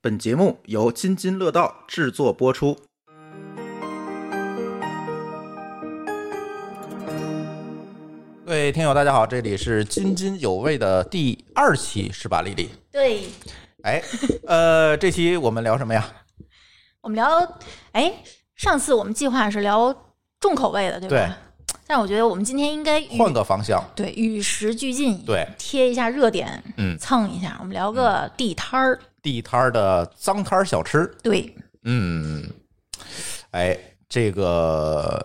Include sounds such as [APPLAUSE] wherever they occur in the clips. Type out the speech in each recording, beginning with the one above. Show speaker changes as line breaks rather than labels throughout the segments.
本节目由津津乐道制作播出。各位听友，大家好，这里是津津有味的第二期，是吧，丽丽？
对，
[LAUGHS] 哎，呃，这期我们聊什么呀？
我们聊，哎，上次我们计划是聊重口味的，对吧？
对
但是我觉得我们今天应该与
换个方向，
对与时俱进，
对
贴一下热点，
嗯
蹭一下。我们聊个地摊儿，
地摊儿的脏摊儿小吃。
对，
嗯，哎，这个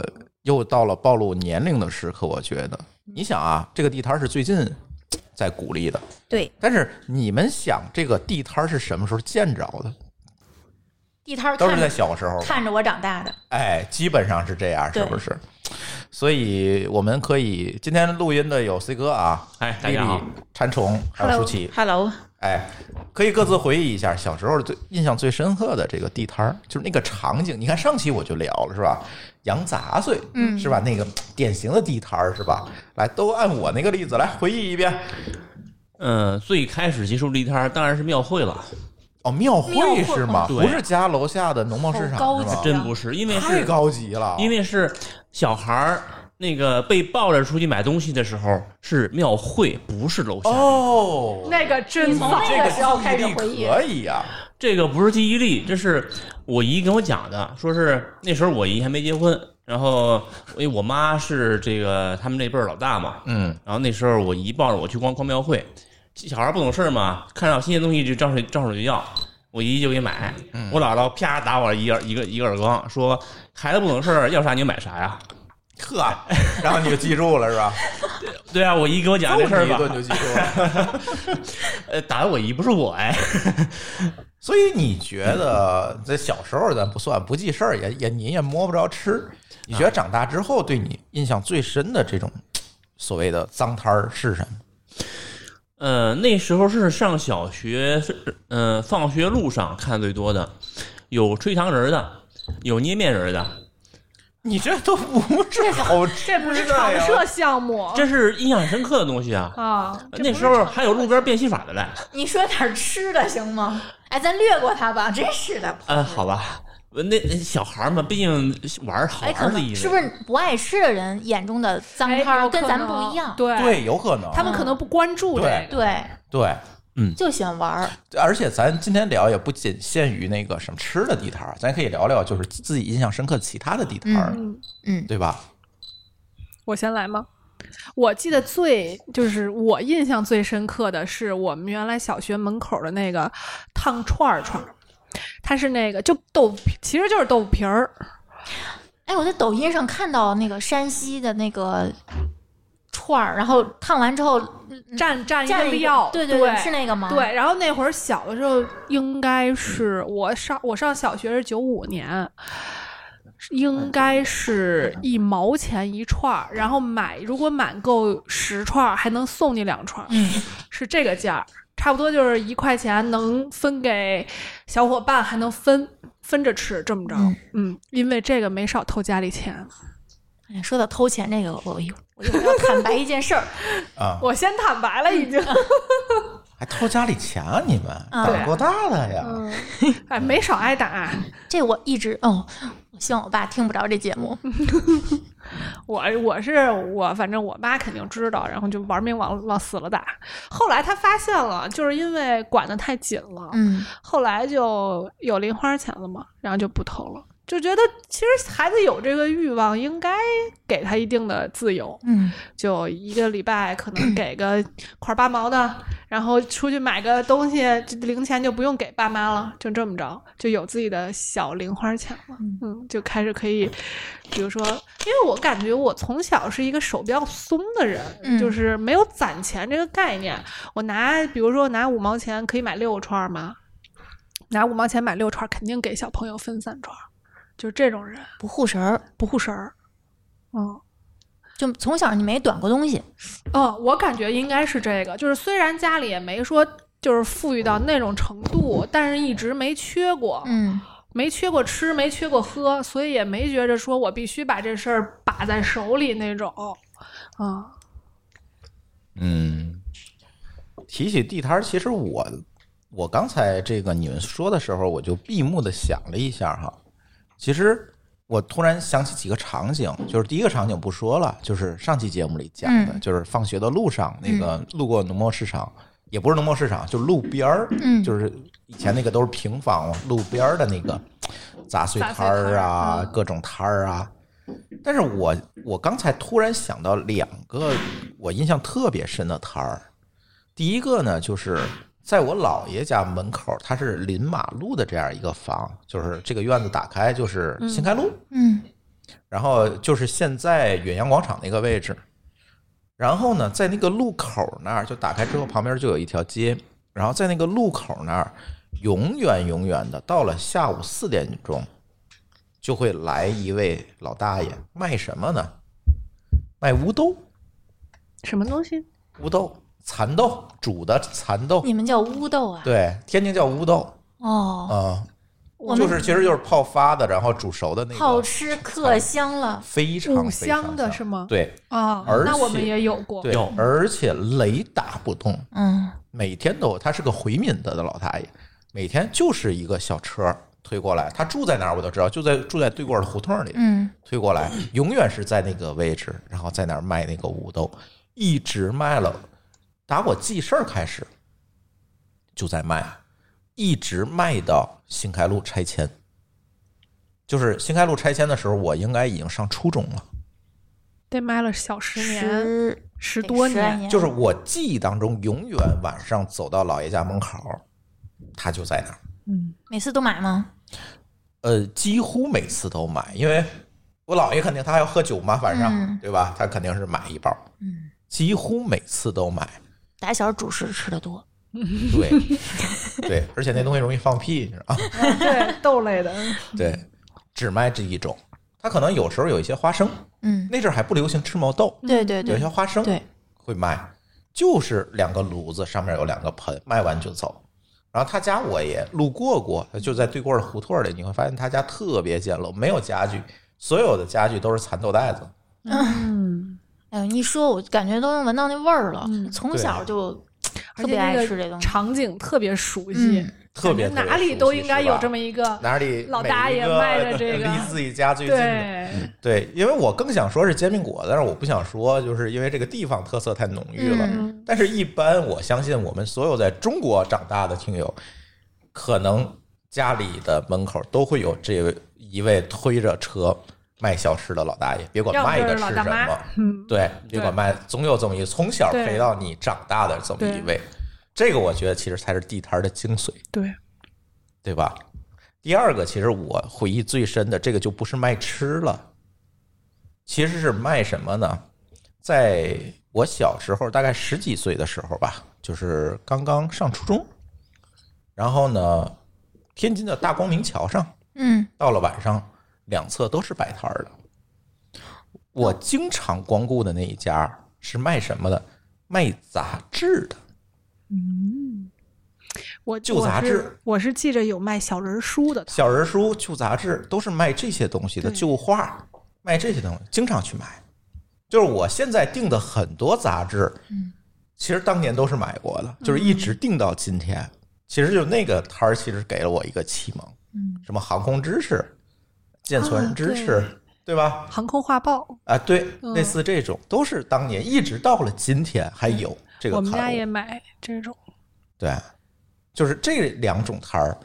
又到了暴露年龄的时刻，我觉得。你想啊，这个地摊儿是最近在鼓励的，
对，
但是你们想，这个地摊儿是什么时候见着的？
地摊儿
都是
看
在
着
小时候吧，
看着我长大的，
哎，基本上是这样，是
对
不是？所以我们可以今天录音的有 C 哥啊，
哎大
丽丽
家好、
馋虫还有舒淇，
Hello，
哎，可以各自回忆一下小时候最印象最深刻的这个地摊儿，就是那个场景。你看上期我就聊了，是吧？羊杂碎，嗯，是吧？那个典型的地摊儿，是吧？来，都按我那个例子来回忆一遍。
嗯，最开始接触地摊儿当然是庙会了，
哦，庙
庙
会
会
是吗？
对
不是家楼下的农贸市
好
场
高
是
级
吗？
真不是，因为
太
是
高级了，
因为是小孩儿那个被抱着出去买东西的时候是庙会，不是楼下。
哦，
那个
你
真
从
棒！
那个时候开始
这
回忆，
可以啊，
这个不是记忆力，这是我姨跟我讲的，说是那时候我姨还没结婚，然后因为我妈是这个他们那辈儿老大嘛，
嗯，
然后那时候我姨抱着我去逛逛庙会，小孩儿不懂事儿嘛，看到新鲜东西就张嘴张手就要，我姨就给买。
嗯
我姥姥啪打我一耳一个一个耳光，说孩子不懂事儿，要啥你就买啥呀。
呵， [LAUGHS] 然后你就记住了是吧？
对啊，我姨给我讲这事
揍
儿
你一
吧，
顿就记住了。
呃，打的我姨不是我哎，
所以你觉得在小时候咱不算不记事儿，也也你也摸不着吃。你觉得长大之后对你印象最深的这种所谓的脏摊儿是什么？
呃，那时候是上小学，是呃，放学路上看最多的，有吹糖人儿的，有捏面人儿的，
你这都不是好
[LAUGHS]
吃
这不是常设项目
这是印象很深刻的东西啊。
啊！这
那时候还有路边变戏法的嘞，
你说点儿吃的行吗？哎，咱略过它吧，真是的。
嗯，好吧，那那小孩儿嘛，毕竟玩儿好
哎，
玩
可
儿的意
能
思，
是不是不爱吃的人眼中的脏
哎
摊儿
有
跟
可
咱们
能
不一样？嗯
对，
对，有可能。
他们可能不关注这
对
个。
对，
对，
就喜欢玩儿。
而且咱今天聊也不仅限于那个什么吃的地摊儿，咱可以聊聊就是自己印象深刻其他的地摊儿，
嗯，
嗯，
对吧？
我先来吗？我记得最就是我印象最深刻的是我们原来小学门口的那个烫串儿串儿，它是那个就豆腐皮，其实就是豆腐皮儿，
哎，我在抖音上看到那个山西的那个串儿，然后烫完之后
蘸蘸
嗯蘸一
料，
对
对
对，是那个吗？
对，，然后那会儿小的时候，应该是我上我上小学是九五年，是应
[LAUGHS]
该是一毛钱一串儿，然后买如果满购十串儿还能送你两串儿，
嗯，
是这个价儿，差不多就是一块钱能分给小伙伴，还能分分着吃，这么着，
嗯
嗯因为这个没少偷家里钱。
哎，说到偷钱这个，我一我一会儿要坦白一件事儿，
啊、
我先坦白了，已经，
还偷家里钱啊！你们
嗯
胆够大的呀！
[LAUGHS] 哎，没少挨打、
这我一直哦，我希望我爸听不着这节
[LAUGHS]
目。
我哎我是我，反正我妈肯定知道，然后就玩命往往死了打。后来她发现了，就是因为管得太紧了，
嗯，
后来就有零花钱了嘛，然后就不偷了。就觉得其实孩子有这个欲望，应该给他一定的自由。
嗯，
就一个礼拜可能给个块八毛的，然后出去买个东西，这零钱就不用给爸妈了，就这么着，就有自己的小零花钱了。嗯，就开始可以，比如说，因为我感觉我从小是一个手比较松的人，
嗯
就是没有攒钱这个概念。我拿，比如说我拿五毛钱可以买六串吗？拿五毛钱买六串，肯定给小朋友分三串，就是这种人
不护食儿，
不护食儿。嗯。
就从小你没短过东西。
哦，我感觉应该是这个，就是虽然家里也没说就是富裕到那种程度，但是一直没缺过，
嗯，
没缺过吃，没缺过喝，所以也没觉着说我必须把这事儿把在手里那种。啊、
嗯，提起地摊儿，其实我我刚才这个你们说的时候，我就闭目的想了一下哈。其实我突然想起几个场景，就是第一个场景不说了，就是上期节目里讲的，
嗯
就是放学的路上那个路过农贸市场，也不是农贸市场，就路边儿，
嗯
就是以前那个都是平房嘛，路边儿的那个杂碎摊儿
杂碎摊
啊，
儿嗯
各种摊儿啊。但是我我刚才突然想到两个我印象特别深的摊儿，第一个呢，就是在我姥爷家门口，它是临马路的这样一个房，就是这个院子打开就是新开路，
嗯
然后就是现在远洋广场那个位置。然后呢，在那个路口那儿，就打开之后，旁边就有一条街。然后在那个路口那儿，永远永远的，到了下午四点钟，就会来一位老大爷，卖什么呢？卖乌豆，
什么东西？
乌豆，蚕豆，煮的蚕
嗯
豆。
你们叫乌豆啊？
对，天津叫乌豆啊、
哦，我
就
们
是其实就是泡发的，然后煮熟的那个，
好吃可香了。
非常
五
非常
香的是吗？
对
啊，
而
那我
且
们也有过。
对
有，
而且雷打不动，
嗯
每天都有他是个回民的的老大爷，每天就是一个小车推过来，他住在哪儿我都知道，就在住在对过的胡同里，
嗯，
推过来永远是在那个位置，然后在那儿卖那个五豆，一直卖了，打我记事儿开始就在卖，一直卖到新开路拆迁。就是新开路拆迁的时候，我应该已经上初中了。
得卖了小十年，
十
十多
十来
年，
年
就是我记忆当中，永远晚上走到姥爷家门口，他就在那儿。
每次都买吗？
呃，几乎每次都买，因为我姥爷肯定他还要喝酒嘛，晚上、
嗯
对吧？他肯定是买一包，
嗯，
几乎每次都买。
打小主食吃的多。 [LAUGHS]
对，对，而且那东西容易放屁，你知道吗？
[LAUGHS]
对豆类的，
对，只卖这一种。他可能有时候有一些花生，
嗯，
那阵儿还不流行吃毛豆，
嗯
对对
有一
对
些花生
对，
会卖，就是两个炉子上面有两个盆，卖完就走。然后他家我也路过过，就在对过的胡同里，你会发现他家特别简陋，没有家具，所有的家具都是蚕豆袋子。
嗯，
哎呦，你一说我感觉都能闻到那味儿了。从小就
而
特
且
别爱
那
吃这
个
东西。
场景特别熟悉
嗯，
特别
感觉哪里都应该有这么一个，
[LAUGHS] 哪里
老大爷卖的
[LAUGHS]
这个
离自己家最近的嗯
对，
对，因为我更想说是煎饼果，但是我不想说，就是因为这个地方特色太浓郁了。
嗯
但是，一般我相信我们所有在中国长大的听友，可能家里的门口都会有这位一位推着车卖小吃的老大爷，别管
要不
卖的
就是老
是
大
什
妈
么，
嗯，
对，别管
对
卖，总有这么一从小
对
陪到你长大的这么一位，这个我觉得其实才是地摊儿的精髓。
对，
对吧？第二个，其实我回忆最深的这个就不是卖吃了，其实是卖什么呢？在我小时候，大概十几岁的时候吧，就是刚刚上初中，然后呢，天津的大光明桥上，
嗯，
到了晚上，两侧都是摆摊儿的。我经常光顾的那一家是卖什么的？卖杂志的。
我
旧杂志
我是，我是记着有卖小人书的，
小人书、旧杂志都是卖这些东西的，
对
旧画卖这些东西，经常去买。就是我现在订的很多杂志，
嗯，
其实当年都是买过的，就是
嗯
一直订到今天。其实就那个摊儿，其实给了我一个启蒙，
嗯，
什么航空知识、舰
啊
船知识，对吧？
航空画报，
啊，对，
嗯
类似这种都是当年一直到了今天还有这个
我
刊物。
们家也买这种，
对，就是这两种摊儿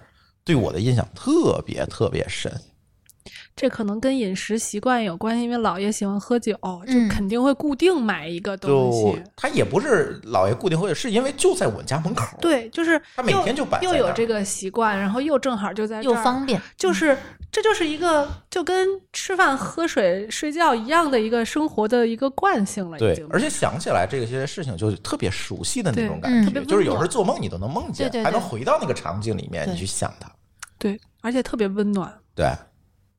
对我的印象特别特别深。
这可能跟饮食习惯有关系，因为姥爷喜欢喝酒，就
嗯
肯定会固定买一个东
就
西。
他也不是老爷固定会，是因为就在我们家门口。，
对，就是
他每
又
天就摆
又
在那
有
儿
这个习惯，然后又嗯正好就在
又
这儿
方便。
就是这就是一个就跟吃饭、喝水、睡觉一样的一个生活的一个惯性了，已
对
经，
而且想起来这些事情就特别熟悉的那种
对
感
嗯
觉，
特别
就是有
温
时
暖
候做梦你都能梦见
对，对
还能
对
回到那个场景里面，你
对
去想它。
对，而且特别温暖。
对，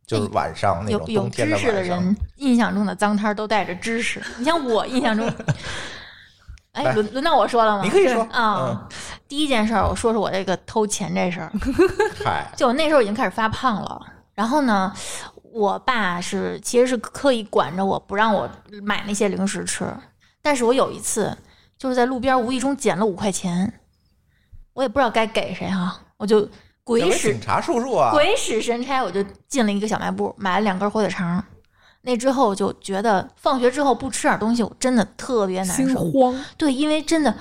就是晚上那
嗯有
种
哎
有
冬天
知识的
晚上
人，印象中的脏摊儿都带着知识。你像我印
[LAUGHS]
象中，哎，
来
轮轮到我说了吗？
你可以说嗯
啊。第一件事儿，我说说我这个偷钱这事儿。
[LAUGHS]
嗨，
就我那时候已经开始发胖了，然后呢，我爸是其实是刻意管着我不让我买那些零食吃，但是我有一次就是在路边无意中捡了五块钱，我也不知道该给谁哈、我就鬼
给
使
警察叔叔啊，
鬼使神差，我就进了一个小卖部，买了两根火腿肠。那之后我就觉得放学之后不吃点东西，我真的特别难
心
受。
慌，
对，因为真的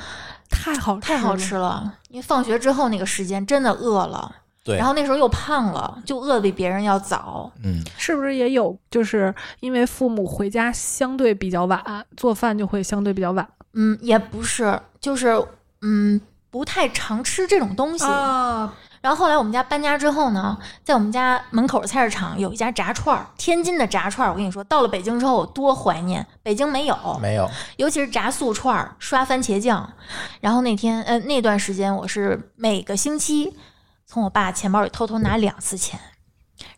太好
太好吃
了，
了，因为放学之后那个时间真的饿了，
对，
然后那时候又胖了，就饿得比别人要早。
嗯，
是不是也有？就是因为父母回家相对比较晚，做饭就会相对比较晚
嗯，也不是，就是嗯，不太常吃这种东西。
啊。
然后后来我们家搬家之后呢，在我们家门口菜市场有一家炸串儿，天津的炸串儿。我跟你说，到了北京之后，我多怀念北京没有，
没
哦
有，
尤其是炸素串儿、刷番茄酱。然后那天呃那段时间，我是每个星期从我爸钱包里偷偷拿两次钱，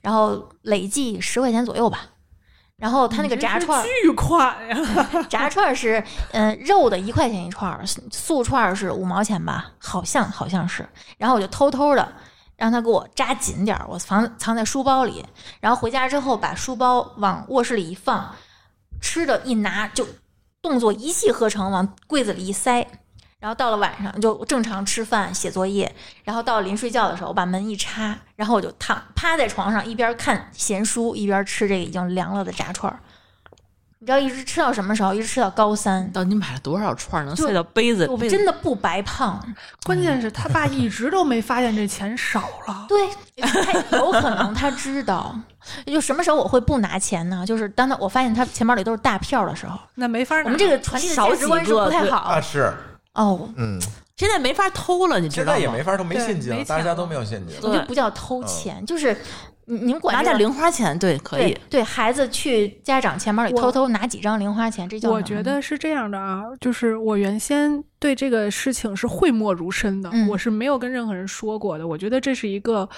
然后累计十块钱左右吧。然后他那个炸串儿，
巨款呀！
[LAUGHS] 炸串儿是，嗯、肉的一块钱一串儿，素素串儿是五毛钱吧，好像好像是。然后我就偷偷的让他给我扎紧点儿，我藏藏在书包里。然后回家之后把书包往卧室里一放，吃的一拿就动作一气呵成往柜子里一塞。然后到了晚上就正常吃饭写作业，然后到临睡觉的时候，我把门一插，然后我就躺趴在床上，一边看闲书，一边吃这个已经凉了的炸串儿。你知道一直吃到什么时候？一直吃到高三，
到底买了多少串儿能
就
塞到杯子？
我
杯子
真的不白胖。
关键是他爸一直都没发现这钱少了，
对，他有可能他知道，就什么时候我会不拿钱呢？就是当他我发现他钱包里都是大票的时候，
[LAUGHS] 那没法拿。
我们这个传递的
少
价值观
几
是
个
不太
对
好
啊是，
哦，
嗯，
现在没法偷了，你知
现
道
在
吗？
也没法，都没
对
现金
没
了，大
钱
家
了
都没有现金了，
我就不叫偷钱，就是你你们管
拿
这
点
个
零花钱，对，可以
对。对孩子去家长钱包里
我
偷偷拿几张零花钱，这叫
我
什么
觉得是这样的啊，就是我原先对这个事情是讳莫如深的，
嗯
我是没有跟任何人说过的。我觉得这是一个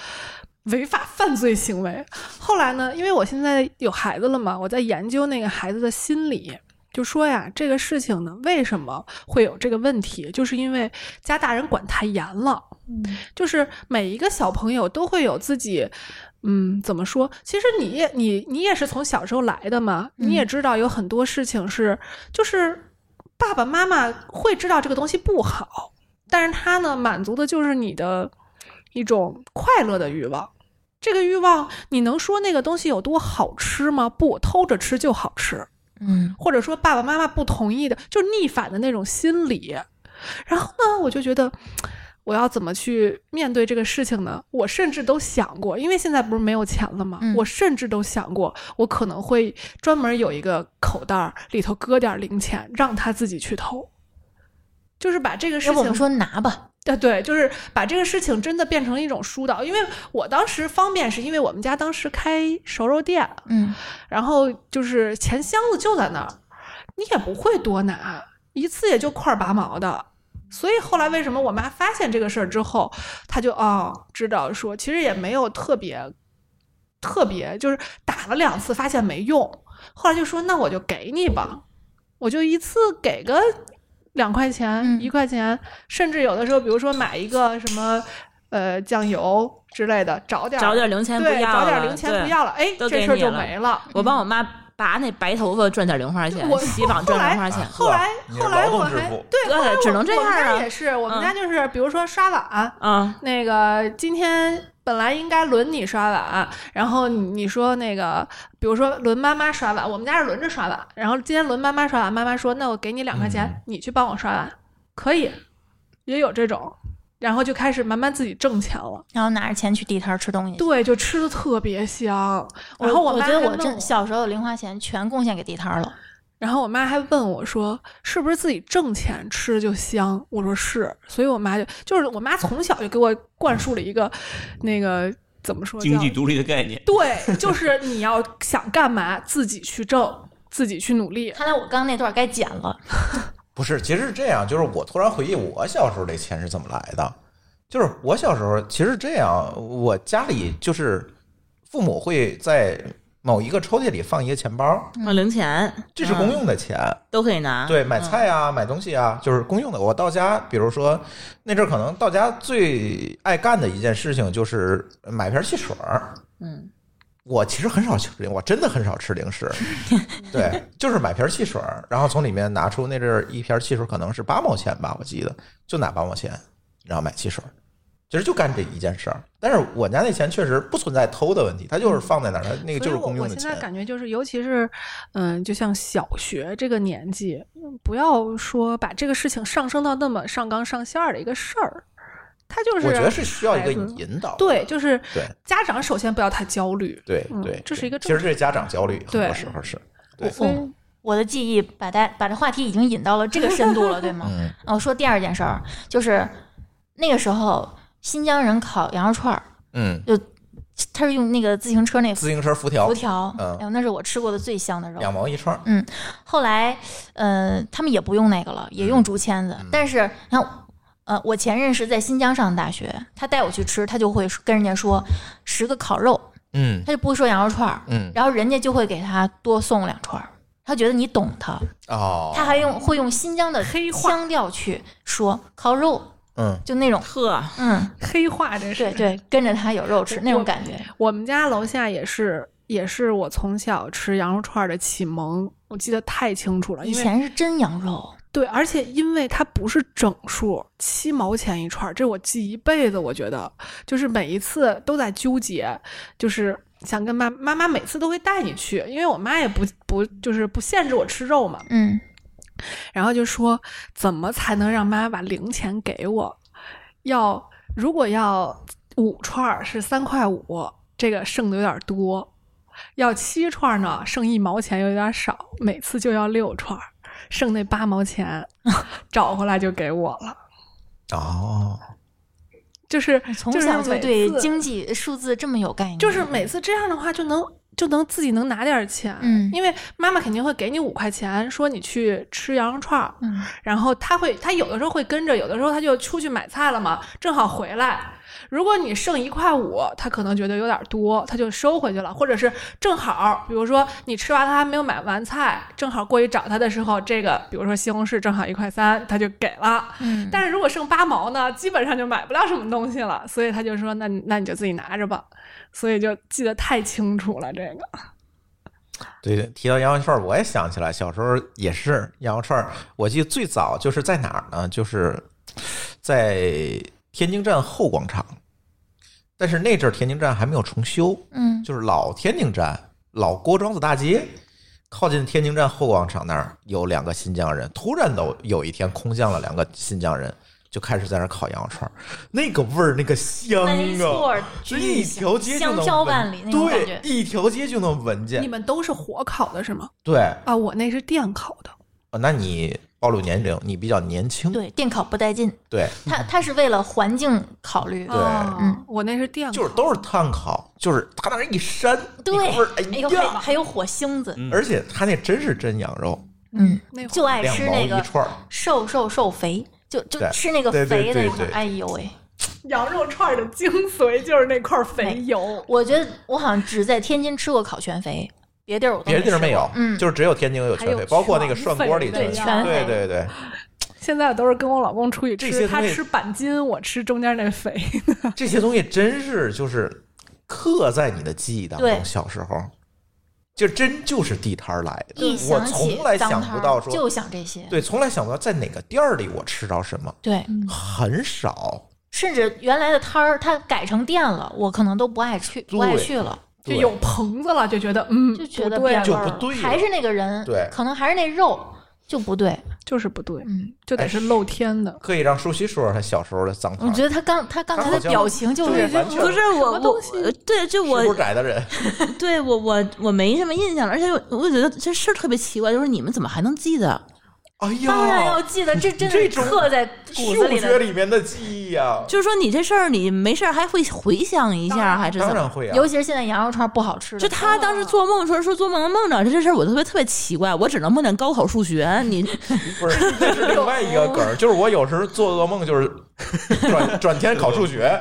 违法犯罪行 [LAUGHS] 为。后来呢，因为我现在有孩子了嘛，我在研究那个孩子的心理。就说呀，这个事情呢，为什么会有这个问题？就是因为家大人管太严了，就是每一个小朋友都会有自己，嗯，怎么说？其实你也你你也是从小时候来的嘛，
嗯
你也知道有很多事情是，就是爸爸妈妈会知道这个东西不好，但是他呢满足的就是你的一种快乐的欲望。这个欲望，你能说那个东西有多好吃吗？不，偷着吃就好吃。
嗯
或者说爸爸妈妈不同意的，就是逆反的那种心理。然后呢，我就觉得我要怎么去面对这个事情呢？我甚至都想过，因为现在不是没有钱了吗？
嗯
我甚至都想过，我可能会专门有一个口袋儿里头搁点儿零钱，让他自己去偷。就是把这个事
要
情，
不哎我们说拿吧，
啊，对，就是把这个事情真的变成一种疏导。因为我当时方便，是因为我们家当时开熟肉店，
嗯
然后就是钱箱子就在那儿，你也不会多拿，一次也就块儿八毛的。所以后来为什么我妈发现这个事儿之后，她就哦知道说，其实也没有特别特别，就是打了两次发现没用，后来就说那我就给你吧，我就一次给个两块钱、
嗯
一块钱，甚至有的时候比如说买一个什么呃酱油之类的，找点儿
找点零钱不
对，
要
找点
了
零钱
对
不要了，哎，
都
这
给
事儿
你
就
了
没了。
我帮我妈拔那白头发赚点零花钱
我，
洗碗赚零花钱。
后来
啊你是
后来
劳动
我
致
还
富
对，
对
哦后来我
只能这样啊
我们家也是，我们家就是比如说刷碗，
啊，
那个今天。本来应该轮你刷碗，然后你你说那个，比如说轮妈妈刷碗，我们家是轮着刷碗，然后今天轮妈妈刷碗，妈妈说那我给你两块钱，
嗯
你去帮我刷碗，可以，也有这种，然后就开始慢慢自己挣钱了，
然后拿着钱去地摊儿吃东西。
对，就吃的特别香，然后
我
妈
觉得
还
我
问
真小时候零花钱全贡献给地摊儿了。
然后我妈还问我说：“是不是自己挣钱吃就香？”我说：“是。”所以我妈就就是我妈从小就给我灌输了一个那个怎么说叫
经济独立的概念。
对，就是你要想干嘛自己去挣，自己去努力。
看来我刚刚那段该剪了。
不是，其实是这样，就是我突然回忆我小时候这钱是怎么来的。就是我小时候其实是这样，我家里就是父母会在某一个抽屉里放一个钱包，
换零钱，
这是公
嗯
用的钱，
都可以拿。
对，买
嗯
菜啊、买东西啊，就是公用的。我到家，比如说那阵儿可能到家最爱干的一件事情就是买瓶汽水儿。
嗯，
我其实很少吃零，我真的很少吃零
[LAUGHS]
食。对，就是买瓶汽水儿，然后从里面拿出那阵儿一瓶汽水，可能是八毛钱吧，我记得就拿八毛钱，然后买汽水儿，其实就干这一件事儿。但是我家那钱确实不存在偷的问题，它就是放在那儿，它那个
所
就
以
是
我
公用
我
的
现
钱
在。感觉就是，尤其是，嗯，就像小学这个年纪，不要说把这个事情上升到那么上纲上线儿的一个事儿，他就是
我觉得是需要一个
孩子
引导的，
对，就是
对
家长首先不要太焦虑，
对
嗯
对，
这是一个
对其实
正
这是家长焦虑，很多
对
时候是，对
我
哦
我我的记忆把大把这话题已经引到了这个深度了，对吗？
嗯
哦，说第二件事儿，就是那个时候新疆人烤羊肉串儿，
嗯，
他是用那个自行车那
自行车辐条
辐条，
嗯
哎呦，那是我吃过的最香的肉。
两毛一串儿，
后来，呃，他们也不用那个了，也用竹签
嗯
子。但是，你看，呃，我前任是在新疆上大学，他带我去吃，他就会跟人家说十个烤肉，
嗯
他就不会说羊肉串儿，
嗯
然后人家就会给他多送两串儿。他觉得你懂他，
哦，
他还用会用新疆的
黑话
腔调去说烤肉，
嗯
就那种，
呵，
嗯，
黑化这是
对对，跟着他有肉吃那种感觉。
我们家楼下也是，也是我从小吃羊肉串的启蒙，我记得太清楚了。
以
因为
前是真羊肉，
对，而且因为它不是整数，七毛钱一串儿，这我记一辈子。我觉得就是每一次都在纠结，就是想跟妈妈妈每次都会带你去，因为我妈也不不就是不限制我吃肉嘛，
嗯，
然后就说怎么才能让妈把零钱给我？要如果要五串儿是三块五，这个剩的有点多；要七串儿呢，剩一毛钱有点少，每次就要六串儿，剩那八毛
[LAUGHS]
钱找回来就给我了。
哦，
就是
从小
就
就是对
每次
经济数字这么有概念，
就是每次这样的话就能就能自己能拿点儿钱，
嗯
因为妈妈肯定会给你五块钱，说你去吃羊肉串儿，
嗯
然后他会，他有的时候会跟着，有的时候他就出去买菜了嘛，正好回来。如果你剩一块五，他可能觉得有点多，他就收回去了，或者是正好，比如说你吃完他还没有买完菜，正好过去找他的时候，这个比如说西红柿正好一块三，他就给了。
嗯，
但是如果剩八毛呢，基本上就买不了什么东西了，所以他就说那你那你就自己拿着吧。所以就记得太清楚了，这个
对，提到羊肉串儿，我也想起来，小时候也是羊肉串儿。我记得最早就是在哪儿呢？就是在天津站后广场，但是那阵儿天津站还没有重修，
嗯
就是老天津站、老郭庄子大街，靠近天津站后广场那儿有两个新疆人，突然都有一天空降了两个新疆人，就开始在那儿烤羊肉串儿，那个味儿，那个香
没错
啊，
儿，
就一条街就
香
能闻
飘万里那种感
对
觉，。
一条街就能闻
你
见，
们都是火烤的是吗？
对。
啊，我那是电烤的。
哦，那你暴露年龄，你比较年轻，
对，嗯电烤不带劲，
对
它它是为了环境考虑。
对
哦
嗯
我那是电烤。
就是都是炭烤，就是他那儿一扇，
对，
那味儿
哎呦，
哎呀，
还还有火星子，
嗯
而且他那真是真羊肉，
嗯，
那会儿
就爱
两
吃
毛
那
一
个
串儿，
瘦瘦瘦肥，就就
对
吃那个
对对
肥那
对
块儿
对
哎呦喂，
羊肉串的精髓就是那块
肥
油，
我觉得我好像只在天津吃过烤全肥，别地儿我都
别的地儿没
吃
有
过，嗯，
就是只有天津有全
还
肥，
有
包括那个
全
涮锅里全
对
肥
肥，
全
对
肥
对对，
[LAUGHS]
现在都是跟我老公出去
这些
吃，
东
他
西
吃板筋，我吃中间那肥。
这些东西真是就是刻在你的记忆当
对
中，小时候。就真就是地摊儿来的
一，
我
想起
从来
脏
想
摊
不
儿
到说，
就想这些，
对，从来想不到在哪个店儿里我吃着什么，
对，
嗯
很少。
甚至原来的摊儿它改成店了，我可能都不爱去，不爱
对
去了。
就
对
有棚子了，就觉得嗯，
就觉得
不对
变
了
就
味儿
不
了
对
还
了
是那个人，
对啊
可能还是那肉就不对，
就是不对，
嗯，
就得是露天的。
可以让舒淇说说他小时候的脏摊
我
儿，
觉得他刚他刚
他
才
好
的
像
表情就
对
是，
完全
不是
么
我我
东西
呃对，就我
吃不窄的人，
对我我我没什么印象了，而且我我觉得这事儿特别奇怪，就是你们怎么还能记得？
哎呀，
当然要记得，这真
这
是
种
刻在骨子
嗅
里
觉
的。
里面的记忆呀、
就是说你这事儿你没事儿还会回想一下，还是怎
当
么？
然会啊
尤。其是现在羊肉串不好吃的，啊
就他当时做梦的时候说做梦梦着这事儿，我特别特别奇怪，我只能梦见高考数学，你
不是， [LAUGHS] 这是另外一个梗儿，就是我有时候做噩梦，就是转转天考数
[LAUGHS]
学，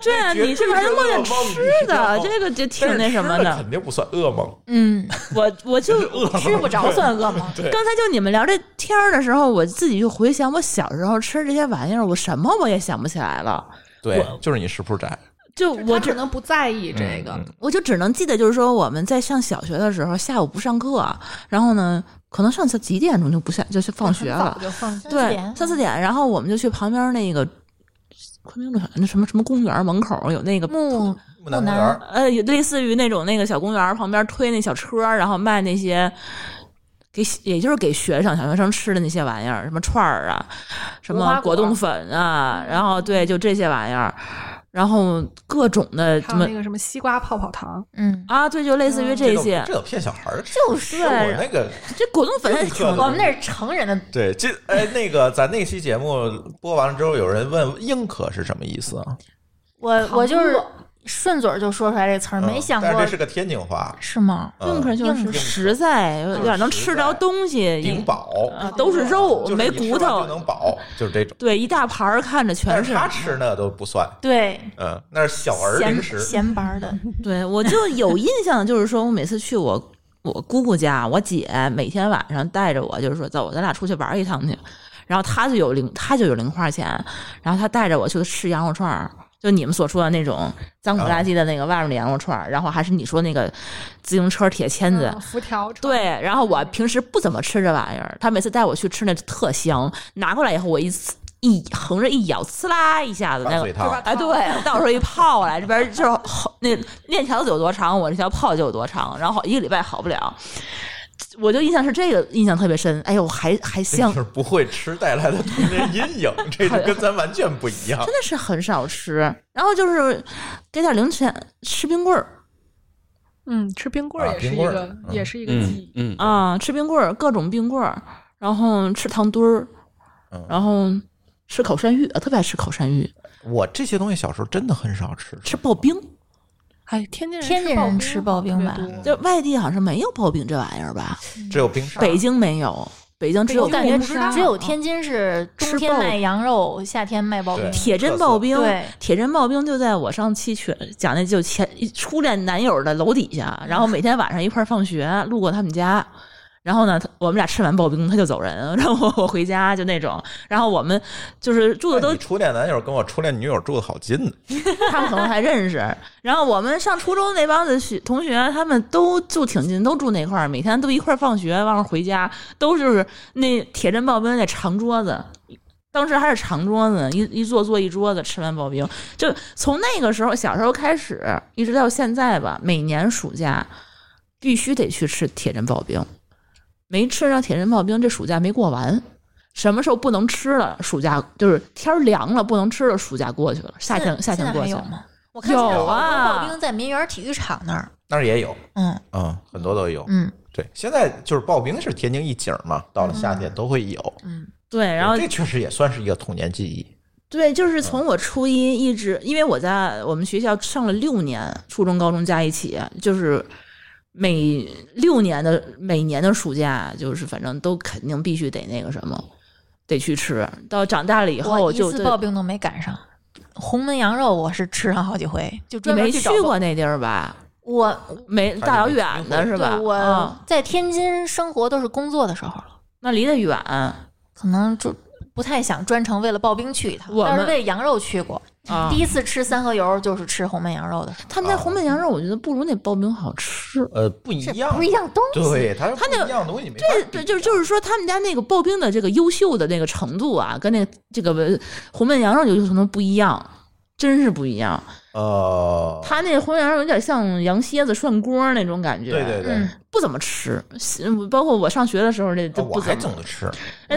对啊，
绝对
你这玩意儿梦见
是噩梦
吃
你知道
的
吗，
这个就挺
但是
那什么
吃了
的。
肯定不算噩梦。
嗯，
我我就
吃不着算噩梦。
对，
刚才就你们聊这天儿的时候，我自己就回想我小时候吃这些玩意儿，我什么我也想不起来了。
对，就是你食谱窄，
就
他
我只
可能不在意这个，
嗯
我就只能记得，就是说我们在上小学的时候，下午不上课，啊然后呢，可能上次几点钟就不下，就是放学
很早
了，
就放
三
学。
四
对，
点
三四点，然后我们就去旁边那个昆明路小那什么什么公园门口有那个
木
木南
木
公
南
园儿，
呃，有类似于那种那个小公园儿旁边推那小车儿，然后卖那些给也就是给学生小学生吃的那些玩意儿，什么串儿啊，什
无花
么
果
果冻粉啊，然后对，就这些玩意儿，然后各种的什
还有
么
那个什么西瓜泡泡糖，
嗯，
啊，对，就类似于
嗯
这
都
些。
这有骗小孩儿的，
就是
是我那个
这果冻粉
这
挺
哎可
哎我们那是成人的，
对，这哎，那个咱那期节目播完了之后，有人问“硬壳”是什么意思啊？
我我就是顺嘴儿就说出来这
啊
词儿，没
嗯
想
但是
过
这是个天津话，
是吗？
嗯
硬壳就
硬
是
壳
实在，有
是
有点能
实
吃着
在
东西，
顶饱，
啊，都是肉，
就是
没
你吃
骨
完就
头，
能饱，就是这种。
对，一大盘儿看着
但
全
是
是。 [LAUGHS]
他吃那都不算，
对，
嗯，那是小儿嗯零
闲
食。
闲班儿的，
对，我就有印象，就是说我每次去我我姑姑家，我姐每天晚上带着我，就是说走，咱俩出去玩一趟去。然后她就有零，她就有零花钱，然后她带着我去吃羊肉串儿，就你们所说的那种脏
啊
不拉几的那个外面的羊肉串儿，然后还是你说那个自行车铁签子。
嗯辐条串，
对，然后我平时不怎么吃这玩意儿，她每次带我去吃那特香，拿过来以后我一呲一横着一咬，呲啦一下子那
反
个
嘴
对吧
汤，
哎，对，到时候一泡过来，这边就是好那链条子有多长，我这条泡就有多长，然后一个礼拜好不了。我就印象是这个印象特别深，哎呦，还还
就
香，
是不会吃带来的童年阴影，这就跟咱完全不一样
[LAUGHS] 真。的是很少吃。然后就是给点零钱，吃冰棍儿
嗯，吃冰棍儿
啊
也是
冰
一
棍儿
个、
嗯
也是一个记
嗯嗯，
忆。
啊，吃冰棍儿，各种冰棍儿，然后吃糖墩儿
嗯，
然后吃烤山芋，呃特别爱吃烤山芋，
我这些东西小时候真的很少吃，
吃刨冰，
哎，天津人
天津人吃
吃
刨
刨
冰吧
特别多
就外地好像是没有刨冰这玩意儿吧？
只有冰沙。
北京没有，北京只有
我感觉
不知道
只有天津是冬
吃
天
爆
卖羊肉，夏天卖刨
对
冰。
铁针刨冰，
对
铁针刨冰就在我上期去讲那就前初恋男友的楼底下，然后每天晚上一块儿放学，路过他们家。然后呢，他我们俩吃完刨冰，他就走人， [LAUGHS] 然后我我回家就那种。然后我们就是住的
那
都
你，初恋男友跟我初恋女友住的好近呢，
他们可能还认识。然后我们上初中那帮子学同学，他们都住挺近，都住那块儿，每天都一块儿放学，往上回家，都就是那铁针刨冰那长桌子，当时还是长桌子，一一坐坐一桌子，吃完刨冰，就从那个时候小时候开始，一直到现在吧，每年暑假必须得去吃铁针刨冰，没吃上铁针刨冰，这暑假没过完。什么时候不能吃了？暑假就是天儿凉了，不能吃了。暑假过去了，夏天
现
夏天
在
过
还
去
有
了。
吗？我看现在
有啊
好多刨冰在民园体育场那儿。
那儿也有，
嗯
嗯，很多都有。
嗯
对，现在就是刨冰是天津一景嘛，到了夏天都会有。
嗯，
对，然后
这确实也算是一个童年记忆。
对，就是从我初一一直，因为我在我们学校上了六年，初中、高中加一起，就是每六年的每年的暑假，就是反正都肯定必须得那个什么，得去吃。到长大了以后
我一
就
次
对
刨冰都没赶上。红焖羊肉我是吃上好几回，就
你
专门
没
去
去
找
过那地儿吧？
我。
没大老远的是吧？
对我
嗯
在天津生活都是工作的时候了，
那离得远。
可能就不太想专程为了刨冰去一趟，
我
但是
们
为羊肉去过。
啊
第一次吃三合油就是吃红焖羊肉的时候，
他们家红焖羊肉，我觉得不如那刨冰好吃。
呃，不一
这
样，
不一样东西。
对，它
它那
不
个
一样东西，没
对
法
[LAUGHS] 对，就是就是说，他们家那个刨冰的这个优秀的那个程度啊，跟那个这个红焖羊肉有什么不一样？真是不一样。
呃，
他那红焖羊肉有点像羊蝎子涮锅那种感觉，
对对对，
嗯
不怎么吃。包括我上学的时候，这
啊
都
我
不
还
怎么
总。得吃，
哎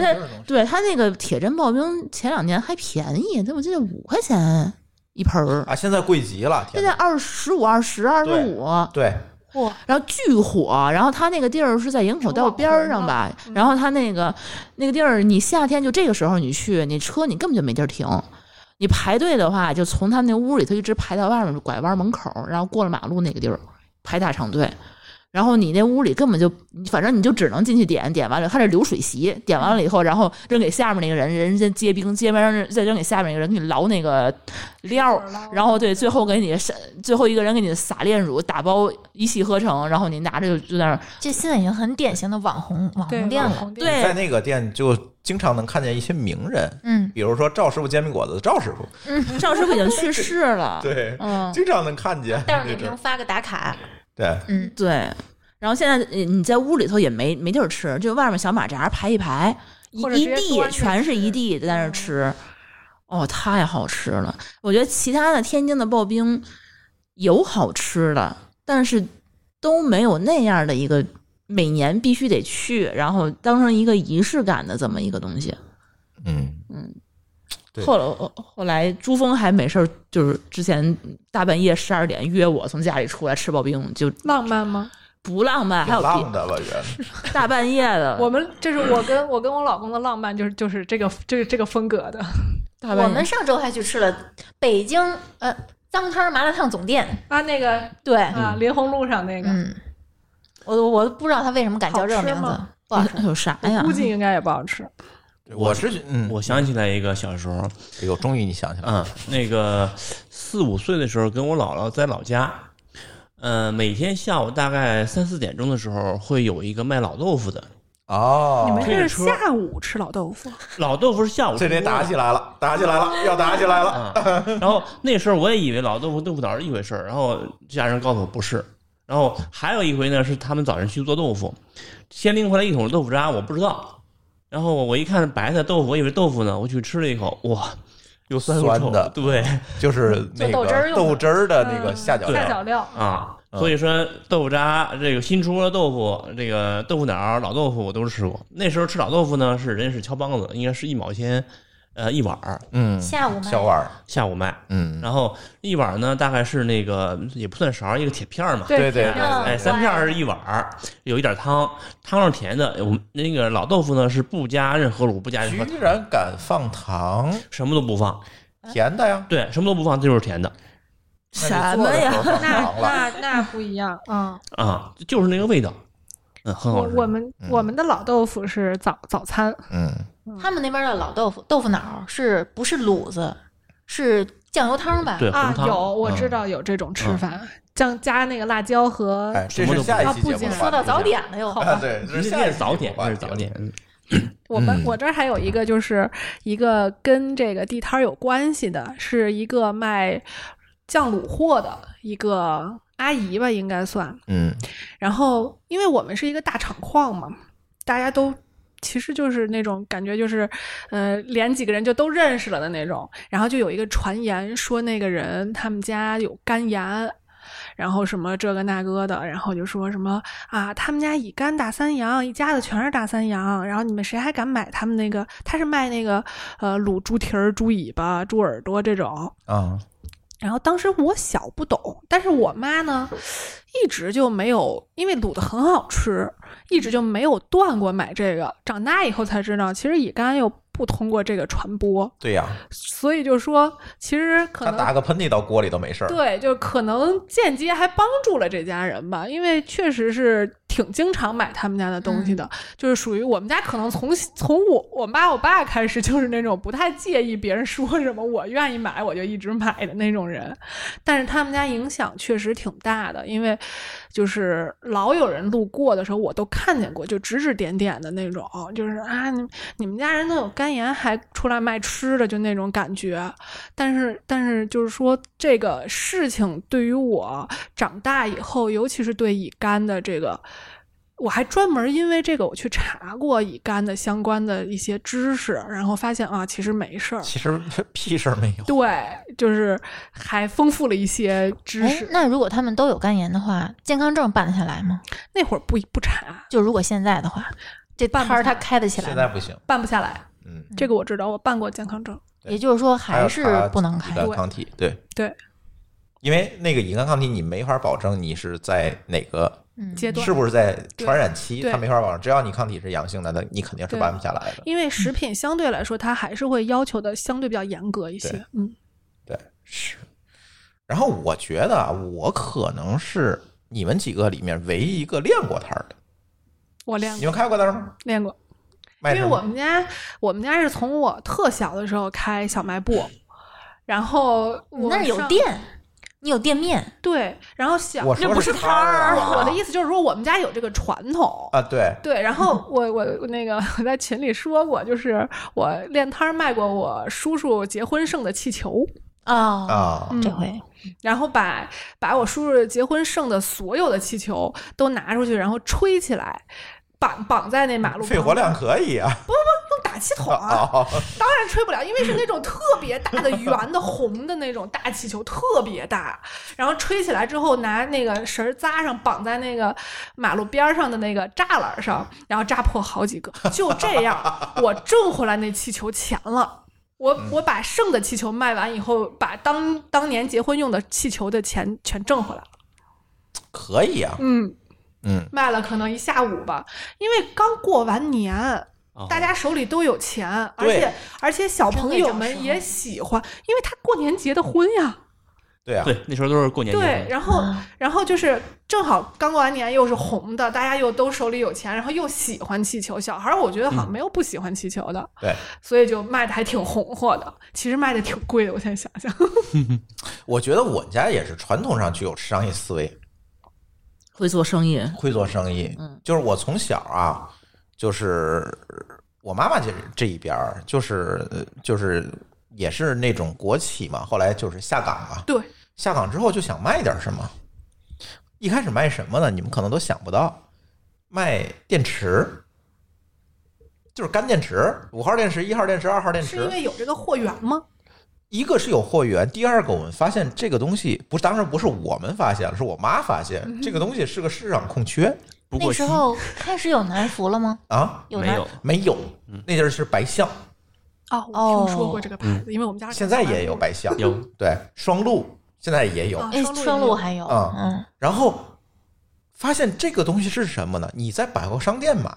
我
他
就是总
对他那个铁针刨冰前两年还便宜，但我记得五块钱一盆儿，
啊，现在贵极了，
现
天
在
哪！
二十五、二十、二十五。
对，
嚯，
然后巨火，然后他那个地儿是在营口道边儿上吧，然后他那个那个地儿，你夏天就这个时候你去，你车你根本就没地儿停，你排队的话就从他们那屋里头一直排到外面拐弯门口，然后过了马路那个地儿排大长队，然后你那屋里根本就，反正你就只能进去点，点完了，它是流水席，点完了以后，然后扔给下面那个人，人家接冰，接完扔再扔给下面那个人，给你捞那个料儿，然后对，最后给你是最后一个人给你撒炼乳，打包一气呵成，然后你拿着就就在那儿，
这现在已经很典型的网红网
对
红店
网
了。
红店
在
对
那个店就经常能看见一些名人，
嗯，
比如说赵师傅煎饼果子的赵师傅，
赵师傅已经去世了，
[LAUGHS] 对，
嗯，
经常能看见
带着
那
点
种
评，发个打卡。
对，
嗯，
对。然后现在呃你你在屋里头也没没地儿吃，就外面小马扎排一排，一
或者
一
直接
地
端着
全是一
吃嗯
地在那儿吃。哦，太好吃了！我觉得其他的天津的刨冰有好吃的，但是都没有那样的一个每年必须得去，然后当成一个仪式感的这么一个东西。
嗯，对
后来后来朱峰还没事儿，就是之前大半夜十二点约我从家里出来吃刨冰，就
浪漫吗？
不浪漫，还
挺
有
浪
别
的吧？人
大半夜的，
我们这是我跟我跟我老公的浪漫，就是就是这个这个这个风格的。
大半
我
夜
们上周还去吃了北京呃脏摊儿麻辣烫总店，
啊，那个
对，
啊，林红路上那个，
嗯，我我都不知道他为什么敢叫这个名
好吃
字
吗，
不好吃。
有啥呀？
估计应该也不好吃。
我是觉嗯，
我想起来一个小时候，
哎呦，终于你想起来了，
嗯，那个四五岁的时候，跟我姥姥在老家，呃，每天下午大概三四点钟的时候，会有一个卖老豆腐的。
哦，
你们
推
这
着车
是下午吃老豆腐，
老豆腐是下午
这得 [LAUGHS] 打起来了，打起来了，要打起来了。
啊。然后那时候我也以为老豆腐豆腐脑是一回事儿，然后家人告诉我不是。然后还有一回呢，是他们早晨去做豆腐，先拎回来一桶豆腐渣，我不知道。然后我一看白菜豆腐，我以为豆腐呢，我去吃了一口，哇，又酸又
酸
臭
的 [LAUGHS]
对
就是那
做豆汁儿
个
用的
豆汁儿的那个下脚
对
下
料，
脚料。
啊。
嗯
所以说豆腐渣这个新出的豆腐，这个豆腐脑儿、老豆腐我都吃过。那时候吃老豆腐呢，是人是敲梆子，应该是一毛钱，呃一碗儿，
嗯，
下午卖
小碗儿，
下午卖。
嗯，
然后一碗呢，大概是那个也不算勺儿，一个铁片儿嘛。
对对
对
对
嗯
哎，
对，
三片儿是一碗儿，有一点汤，汤是甜的。我们那个老豆腐呢是不加任何卤，不加任何
居然敢放糖，
什么都不放，
甜的呀，
对，什么都不放，就是甜的
那就做的时候放
那
什么呀？
糖了，
那那不一样啊！
啊，就是那个味道，嗯，很
我
好吃。
我们
嗯
我们的老豆腐是早早餐，
嗯，
他们那边的老豆腐豆腐脑儿是不是卤子？是酱油汤吧？
对
啊
红，汤嗯
有我知道有这种吃法，酱加那个辣椒和
哎，这
什
是
么都
下
不
一
放
期节目
啊不仅
的
说
话
到
题
早点了又，
啊，对，这是
那是
下一期
早
节，目
点那
话
是
题
早点，嗯
我们
嗯
我这儿还有一个，就是一个跟这个地摊儿有关系的，是一个卖酱卤货的一个阿姨吧，应该算。
嗯，
然后，因为我们是一个大厂矿嘛，大家都其实就是那种感觉，就是呃，连几个人就都认识了的那种。然后就有一个传言说，那个人他们家有肝炎，然后什么这个那个的，然后就说什么啊，他们家乙肝大三阳，一家子全是大三阳，然后你们谁还敢买他们那个？他是卖那个呃卤猪蹄儿、猪尾巴、猪耳朵这种。
啊，
然后当时我小不懂，但是我妈呢，一直就没有，因为卤的很好吃，一直就没有断过买这个。长大以后才知道，其实乙肝又不通过这个传播，
对呀，
所以就说其实可
他
能
打个喷嚏到锅里都没事儿，
对，就可能间接还帮助了这家人吧，因为确实是挺经常买他们家的东西的，就是属于我们家可能从从我我妈我爸开始就是那种不太介意别人说什么，我愿意买我就一直买的那种人，但是他们家影响确实挺大的，因为就是老有人路过的时候我都看见过，就指指点点的那种，就是啊你你们家人都有肝炎还出来卖吃的，就那种感觉，但是，但是就是说，这个事情对于我长大以后，尤其是对乙肝的这个，我还专门因为这个我去查过乙肝的相关的一些知识，然后发现啊，其实没事儿。
其实 [LAUGHS] 屁事儿没有，
对，就是还丰富了一些知
哎
识，。
那如果他们都有肝炎的话，健康证办得下来吗？
那会儿不不查，
就如果现在的话，这
办
摊
不
儿他
下来
开得起来
现在
吗？
不行，
办不下来。
嗯，
这个我知道，我办过健康证。
对
也就是说
要
还是
查
不能
乙
开
肝。抗体，对
对。
因为那个乙肝抗体，你没法保证你是在哪个
嗯，
阶段
是不是在传染期，
对
它没法保证。只要你抗体是阳性的，那你肯定是
对
办不下来的。
因为食品相对来说，它还是会要求的相对比较严格一
对
些。嗯，
是。然后我觉得啊，我可能是你们几个里面唯一一个练过摊儿的。
我练
你
过，
们开过摊儿吗？
练过。
卖
因为
什么
我们家我们家是从我特小的时候开小卖部，然后
[LAUGHS] 你
我
嗯那儿有
上
店，你有店面，
对，然后小
我说
那不
是
是
摊儿啊
我的意思就是说我们家有这个传统。
啊，对，
对，然后我我我那个我在群里说过，就是我练摊儿卖过我叔叔结婚剩的气球，
哦，
啊，
嗯
这回
然后把把我叔叔结婚剩的所有的气球都拿出去，然后吹起来，绑绑在那马路，
肺活量，可以啊，
用打气筒
[LAUGHS]
啊，
哦，
当然吹不了，因为是那种特别大的圆的红的那种大气球，特别大。然后吹起来之后，拿那个绳儿扎上，绑在那个马路边上的那个栅栏上，然后扎破好几个。就这样， [LAUGHS] 我挣回来那气球钱了。我我把剩的气球卖完以后，把当当年结婚用的气球的钱全挣回来了。
可以啊，
嗯，
嗯，
卖了可能一下午吧，因为刚过完年，
啊
大家手里都有钱，
哦
而
对
且而且小朋友
真
们
会找
也喜欢，因为他过年结的婚呀。
对啊，
对，那时候都是过年结
对
婚，，
嗯
然后然后就是正好刚过完年，又是红的，大家又都手里有钱，然后又喜欢气球。小孩儿我觉得
嗯
好像没有不喜欢气球的，
对，
所以就卖的还挺红火的。其实卖的挺贵的，我现在想
[LAUGHS]
想，
我觉得我们家也是传统上具有商业思维，
会做生意，
会做生意。
嗯，
就是我从小啊，就是我妈妈这这一边儿，就是呃就是也是那种国企嘛，后来就是下岗嘛，
对，
下岗之后就想卖点什么。一开始卖什么呢？你们可能都想不到，卖电池，就是干电池，五号电池、一号电池、二号电
是因
池。
为有这个货源吗？
一个是有货源，第二个我们发现这个东西不是，当然不是我们发现了，是我妈发现
嗯
这个东西是个市场空缺
不
那
过
时候开始有南孚了吗？
[LAUGHS] 啊，
有
没
南
有，
没有，那地儿是白象，
啊，
哦
我听说过这个牌子，因为我们家
现在也有白象，
有
对双鹿现在也有，
啊
哎，
双
双
鹿
鹿
也
还有，
啊
嗯，
然后发现这个东西是什么呢？你在百货商店买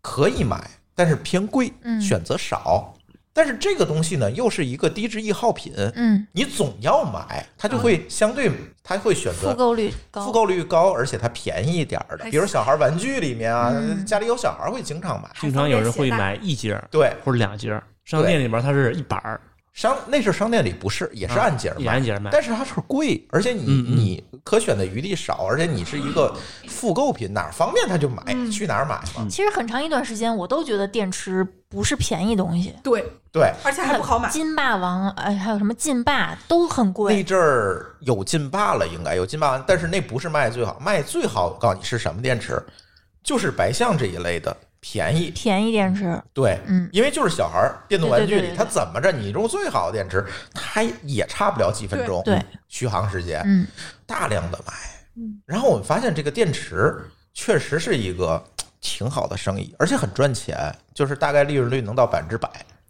可以买，但是偏贵，
嗯
选择少。但是这个东西呢，又是一个低值易耗品，
嗯，
你总要买，它就会相对，它会选
复
择
购率高，
复购率高，而且它便宜一点儿的，
还
比如小孩玩具里面啊，
嗯
家里有小孩会经常买。
经常有人会买一节儿
对，
或者两节儿，商店里边它是一板儿，商
那是商店里不是，也是按节儿
也
买
按，节儿卖，
但是它是贵，而且你
嗯嗯
你可选的余地少，而且你是一个复购品，哪儿方便他就买，
嗯
去哪儿买嘛。
其实很长一段时间，我都觉得电池不是便宜东西，
对，
对，
而且还不好买。
金霸王，哎，还有什么劲霸都很
那
贵，
阵儿有劲霸了，应该有劲霸，但是那不是卖最好，卖最好我告诉你是什么电池，就是白象这一类的便宜。
便宜电池，
对，
嗯
因为就是小孩儿电动玩具
对对
里，
对对对
他怎么着你用最好的电池，它也差不了几分钟
对对
续航时间。
嗯，
大量的买。然后我们发现这个电池确实是一个嘖挺好的生意，而且很赚钱，就是大概利润率能到百分之百。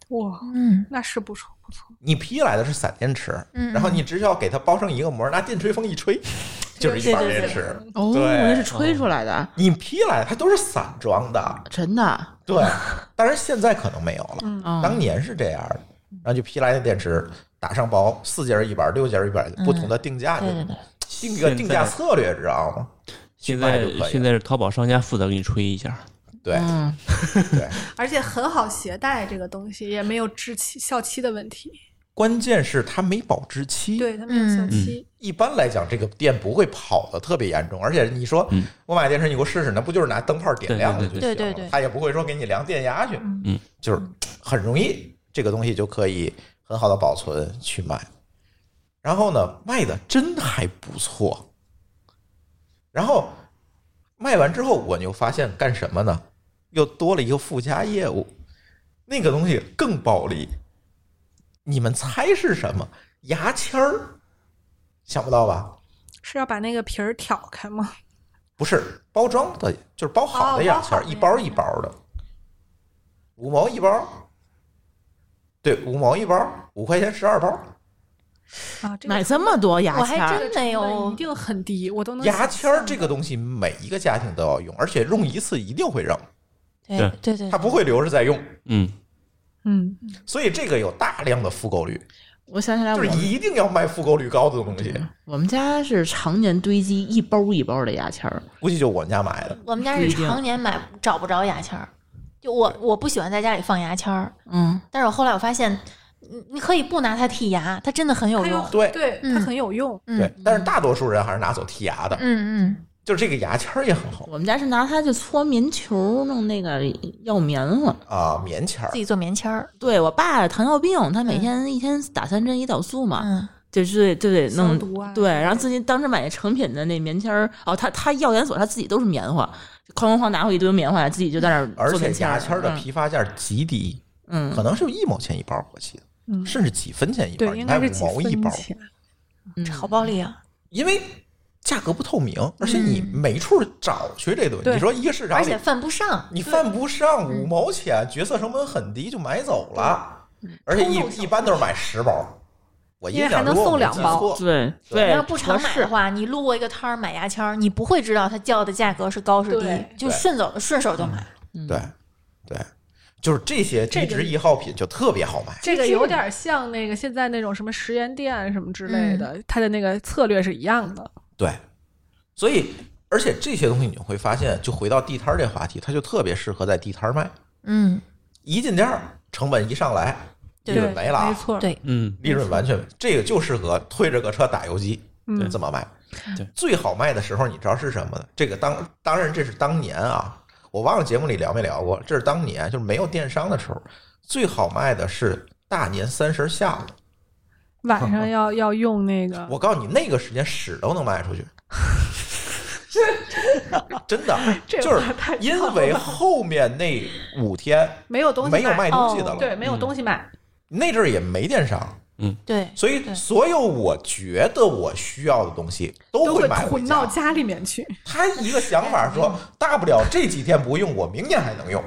哇，
嗯，
那是不错不错，
你批来的是散电池，
嗯
然后你只需要给它包上一个膜，拿电吹风一
[LAUGHS]
吹，就是一
对
板
对
电
对
池。
哦，
对嗯
那是吹出来的，
你批来它都是散装的，
真的，
[LAUGHS]
对。当然现在可能没有了，
嗯，
当年是这样的。然后就批来的电池打上包，四节儿一板，六节儿一板，不同的定价，
对对对，
定一个定价策略，知道吗？
现
卖
在
就可以
现在是淘宝商家负责给你吹一下，
对
嗯，
对。
而且很好携带这个东西，也没有滞期效期的问题。
关键是它没保质期。
对，它没有效
嗯
期。
一般来讲，这个店不会跑的特别严重，而且你说、
嗯
我买电池，你给我试试，那不就是拿灯泡点亮了就
对
行了？
对对对对
他也不会说给你量电压去，
嗯，
就是很容易，这个东西就可以很好的保存去卖。然后呢，卖的真还不错。然后卖完之后，我就发现干什么呢？又多了一个附加业务，那个东西更暴利。你们猜是什么？牙签儿，想不到吧？
是要把那个皮儿挑开吗？
不是包装的，就是包好的
哦
牙签
包好
儿，
的
一包一包的，五毛一包。对，五毛一包，五块钱十二包。
啊，这个
买这么多牙
我
签
还
儿，
真没
成本一
有，
定很低，我都能
牙
想
签儿
象
这个东西，每一个家庭都要用，而且用一次一定会扔，
对
对
对对
它，不会留着再用。
嗯，
嗯，
所以这个有大量的复购率，
我想起来
就
我
是
们
一定要卖复购率高的东西。
我们家是常年堆积一包一包的牙签儿，
估计就我们家买的，
我们家
不
是
一定
常年买找不着牙签儿，就我我不喜欢在家里放牙签儿，
嗯，
但是我后来我发现，你你可以不拿它剔牙，它真的很有
它
用
有，
对
对，
嗯
它很有用。
嗯
对。但是大多数人还是拿走剔牙的，
嗯嗯，
就是这个牙签儿也很好
我们家是拿它去搓棉球儿，弄那个药棉了。
啊，棉签儿
自己做棉签儿，
对我爸糖尿病，他每
嗯
天一天打三针胰岛素嘛，
嗯
就是就得弄
消毒啊
对，然后自己当时买那成品的那棉签儿，哦，他他药研所他自己都是棉花，哐哐哐拿回一堆棉花来，自己就在那儿
而
做
且
棉签
牙
儿
签儿的批发价极低，
嗯，
可能是有一毛钱一包，我记得，甚至几分钱一包，
嗯对，
你
应
看
该
五
是几
毛一
分
包，
钱，
嗯
这好暴力啊！
因为价格不透明，而且你没处找去这东西。
对
你说一个市
而
场里
且，犯不上，
你犯不上五毛钱，决策成本很低就买走了，而且
冲动消
一
费
一般都是买十包，我印
因为还
象
能
中我
送
没
两
记
包
错
对
对
对，
你要不常
合
买
适
的话，你路过一个摊儿买牙签儿，你不会知道它叫的价格是高是
对
低，就顺走顺手就买。
对对，就是这些低
这个
值易耗品就特别好买。
这个有点像那个现在那种什么食盐店什么之类
嗯
的，它的那个策略是一样的。
对，所以而且这些东西你会发现，就回到地摊儿这话题，它就特别适合在地摊儿卖。
嗯，
一进店儿，成本一上来，利
对
润没了啊，
没错，
对，
嗯，
利润完全这个就适合推着个车打游击，
嗯
这么卖。
对
最好卖的时候，你知道是什么呢？这个当当然这是当年啊，我忘了节目里聊没聊过，这是当年就是没有电商的时候，最好卖的是大年三十下午。
晚上要要用那个，
我告诉你，那个时间屎都能卖出去，真的，
[LAUGHS] 这
就是
话太
因为后面那五天
没有东西
没有卖嗯东西的
哦
了，
对，没有东西卖，
那阵儿也没电商，
对，
所以
对
所有我觉得我需要的东西都
都
会
会
买回
囤到
家。
家里面去。
他一个想法说，大不了这几天不用，我明年还能用。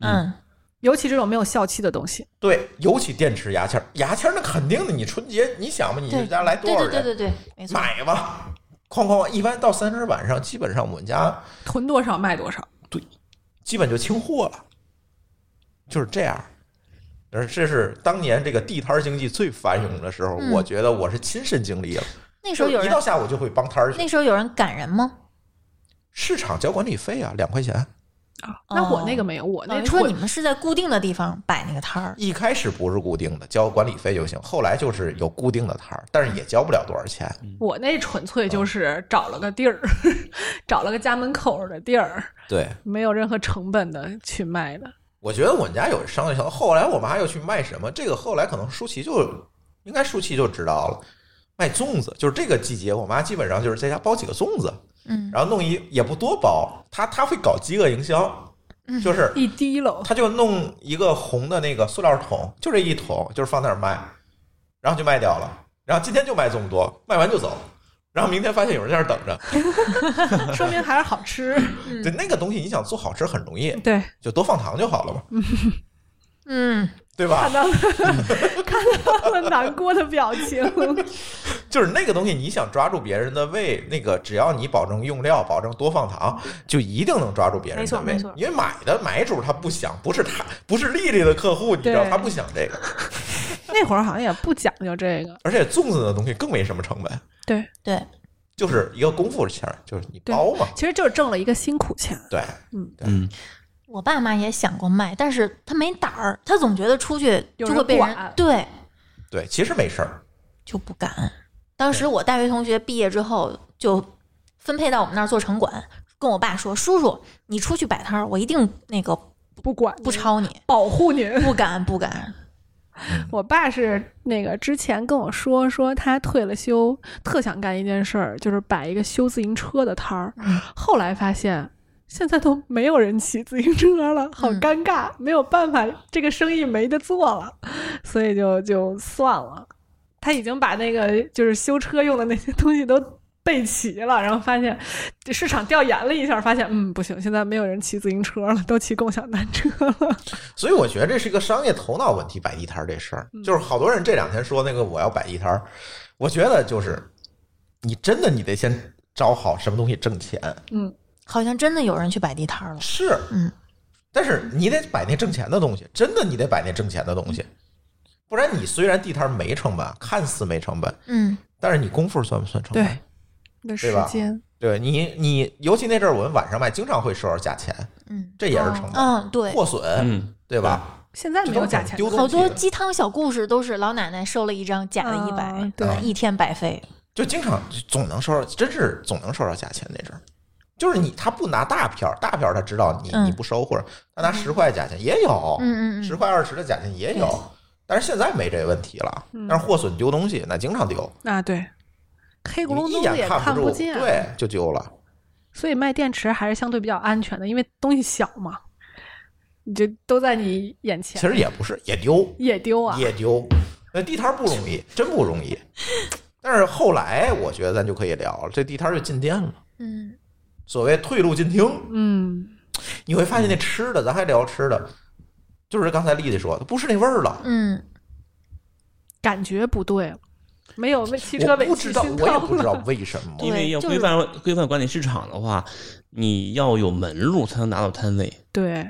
嗯，
尤其这种没有效期的东西，
对，尤其电池牙签儿，牙签儿那肯定的，你春节你想吧，你
对，
们家来多
对
少
对
人，
对对对，没错，
买吧，哐哐，哐一般到三十晚上，基本上我们家
囤多少卖多少。
基本就清货了，就是这样。而这是当年这个地摊儿经济最繁荣的时候，
嗯
我觉得我是亲身经历了。
那时候有
一
人
到下午就会帮摊儿去
那时候有人赶人吗？
市场交管理费啊，两块钱。
那我那个没有，我那
等于说
囤
你们是在固定的地方摆那个摊儿，
一开始不是固定的，交管理费就行。后来就是有固定的摊儿，但是也交不了多少钱。
我那纯粹就是找了个地儿， [LAUGHS] 找了个家门口的地儿，
对，
没有任何成本的去卖的。
我觉得我们家有商业小。后来我妈又去卖什么？这个后来可能舒淇就应该舒淇就知道了，卖粽子。就是这个季节，我妈基本上就是在家包几个粽子，
嗯，
然后弄一也不多包，她她会搞饥饿营销，就是
一滴 [LAUGHS] 喽，
她就弄一个红的那个塑料桶，就这一桶，就是放那儿卖，然后就卖掉了。然后今天就卖这么多，卖完就走。然后明天发现有人在那儿等着，
说明还是好吃。
嗯
对那个东西，你想做好吃很容易，
[LAUGHS] 对，
就多放糖就好了嘛，
嗯，
对吧
看？到了， [LAUGHS] 看到了难过的表 [LAUGHS] 情。
就是那个东西，你想抓住别人的胃，那个只要你保证用料，保证多放糖，就一定能抓住别人
嗯没
的
错
胃
没错。
因为买的买主他不想，不是他，不是丽丽的客户，你知道
对
他不想这个。
那会儿好像也不讲究这个，
而且粽子的东西更没什么成本，
对，
对，
就是一个功夫钱儿，就是你
对
包嘛。
其实就是挣了一个辛苦钱。
对，
嗯，
我爸妈也想过卖，但是他没胆儿，他总觉得出去就
有
会被
人
人
管
对
对，其实没事儿。
就不敢。当时我大学同学毕业之后就分配到我们那儿做城管，跟我爸说：“叔叔，你出去摆摊儿，我一定那个
不管
不抄你，
[LAUGHS]
保护您。
不敢不敢。
我爸是那个之前跟我说，说他退了休，特想干一件事儿，就是摆一个修自行车的摊儿。
嗯
后来发现。现在都没有人骑自行车了，好
嗯
尴尬，没有办法，这个生意没得做了，所以就就算了。他已经把那个就是修车用的那些东西都备齐了，然后发现这市场调研了一下，发现嗯不行，现在没有人骑自行车了，都骑共享单车了。
所以我觉得这是一个商业头脑问题，摆地摊儿这事儿，就是好多人这两天说那个我要摆地摊儿，我觉得就是你真的你得先找好什么东西挣钱，”
好像真的有人去摆地摊儿了。
是，
嗯，
但是你得摆那挣钱的东西，真的你得摆那挣钱的东西，不然你虽然地摊儿没成本，看似没成本，
嗯，
但是你功夫算不算成本？
对，那时
对吧
间
对，你你尤其那阵儿我们晚上卖，经常会收着假钱，
嗯
这也是成本，
嗯，对，
破损，
嗯
对吧？
现在没有假钱
丢
了，
东西
好多
的
鸡汤小故事都是老奶奶收了一张假的一百、
啊对
一天白费。
就经常总能收到，真是总能收到假钱那阵儿。就是你他不拿大票，大票他知道你
嗯
你不收，或者他拿十块假钱也有，
嗯嗯嗯
十块二十的假钱也有，但是现在没这问题了。
嗯
但是货损丢东西，那经常丢，
啊，对，黑咕隆
你一
咚的
眼
也
看
不
住，
见，，
对，就丢了。
所以卖电池还是相对比较安全的，因为东西小嘛，你就都在你眼前，
其实也不是，也丢，
也丢啊，
也丢。那地摊儿不容易，真不容易。但是后来我觉得咱就可以聊了，这地摊儿就进店了，
嗯，
所谓退路进厅。
嗯，
你会发现那吃的，咱还聊吃的，就是刚才丽丽说的，不是那味儿了。
嗯，
感觉不对了，没有为汽车
我
尾
不
气
知道，
熏
我也
陶
不知
了
道为什
[LAUGHS]
么
对
因为要
就是
规范规范管理市场的话，你要有门路才能拿到摊位。
对，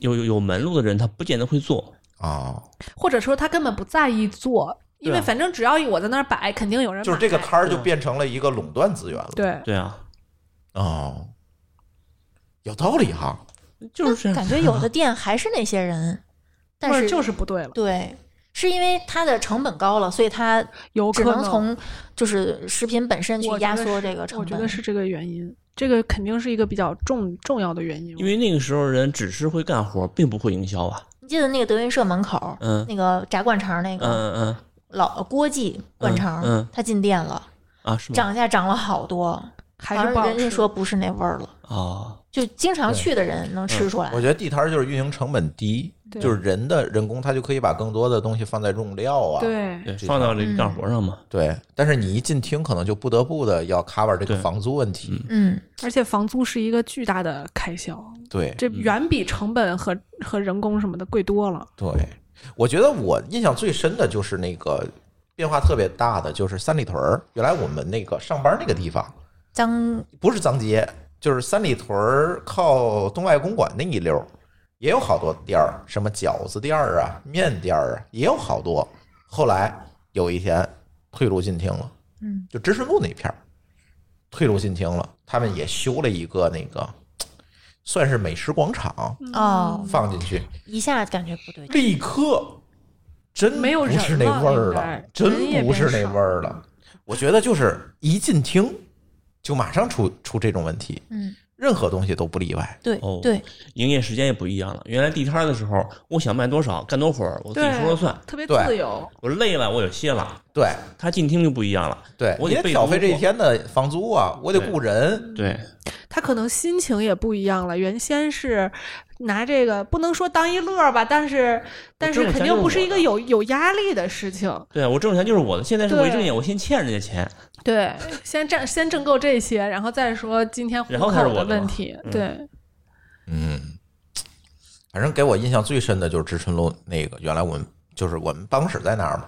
有有有门路的人，他不见得会做。
啊，
或者说他根本不在意做，因为
对啊
反正只要我在那儿摆，肯定有人买。
就是这个摊儿就变成了一个垄断资源了。
对，
对啊，
哦，有道理哈。
就是这样
感觉有的店还是那些
[LAUGHS]
人，但
或
是
者就是不对了，
对，是因为它的成本高了，所以它
有
只
可
能从就是食品本身去
我觉
压
得
缩
是
这个成
我
本。
觉得是这个原因，这个肯定是一个比较重重要的原因。
因为那个时候人只是会干活，并不会营销啊。
你记得那个德云社门口，
嗯
那个炸灌肠那
嗯
个、
嗯嗯
老郭记灌肠，
嗯嗯
他进店了，
啊，是吗？
涨价涨了好多，
嗯还是不
反
好
正人家
吃
说不是那味儿了，
啊，
就经常去的人能
嗯
吃出来。
我觉得地摊儿就是运营成本低，
对
就是人的人工，他就可以把更多的东西放在用料啊，
对
对，
这
放到这
嗯
个干活上嘛。
对，但是你一进厅，可能就不得不的要 cover 这个
对
房租问题。
嗯，
而且房租是一个巨大的开销，
对
这远比成本和和人工什么的贵多了。
对，我觉得我印象最深的就是那个变化特别大的，就是三里屯儿。原来我们那个上班那个地方
脏
不是脏街，就是三里屯儿靠东外公馆那一溜儿，也有好多店儿，什么饺子店儿啊、面店儿啊，也有好多。后来有一天退路进厅了，
嗯，
就知顺路那片儿退路进厅了，他们也修了一个那个算是美食广场
嗯
哦，
放进去，
一下感觉不对劲。
立刻真
没有人
不是那味儿
了应
了
该，人也
真不
变
是那
少
味儿了。我觉得就是一进厅就马上出出这种问题，
嗯，
任何东西都不例外。
对、
哦
对，
营业时间也不一样了。原来地摊儿的时候，我想卖多少干多会儿，我自己
对
说了算。
特别
对
自由，
我累了，我有歇了。
对
他进厅就不一样了。
对，
我
你
得
得
备
挑费
工
这一
作
天的房租啊，我得
对
雇人。
对，
他可能心情也不一样了。原先是拿这个不能说当一乐儿吧，但是但
挣
是
了
肯
钱
定
就是
不是
我
一个
的
有有压力的事情。
对啊我挣钱就是我的。现在是我一
对
睁眼，我先欠人家钱。
对， [LAUGHS] 先挣先挣够这些，然后再说今天户
然
口
后才是我的
问
嘛
题。
嗯
对，
嗯，反正给我印象最深的就是知春路那个，原来我们就是我们办公室在那儿嘛，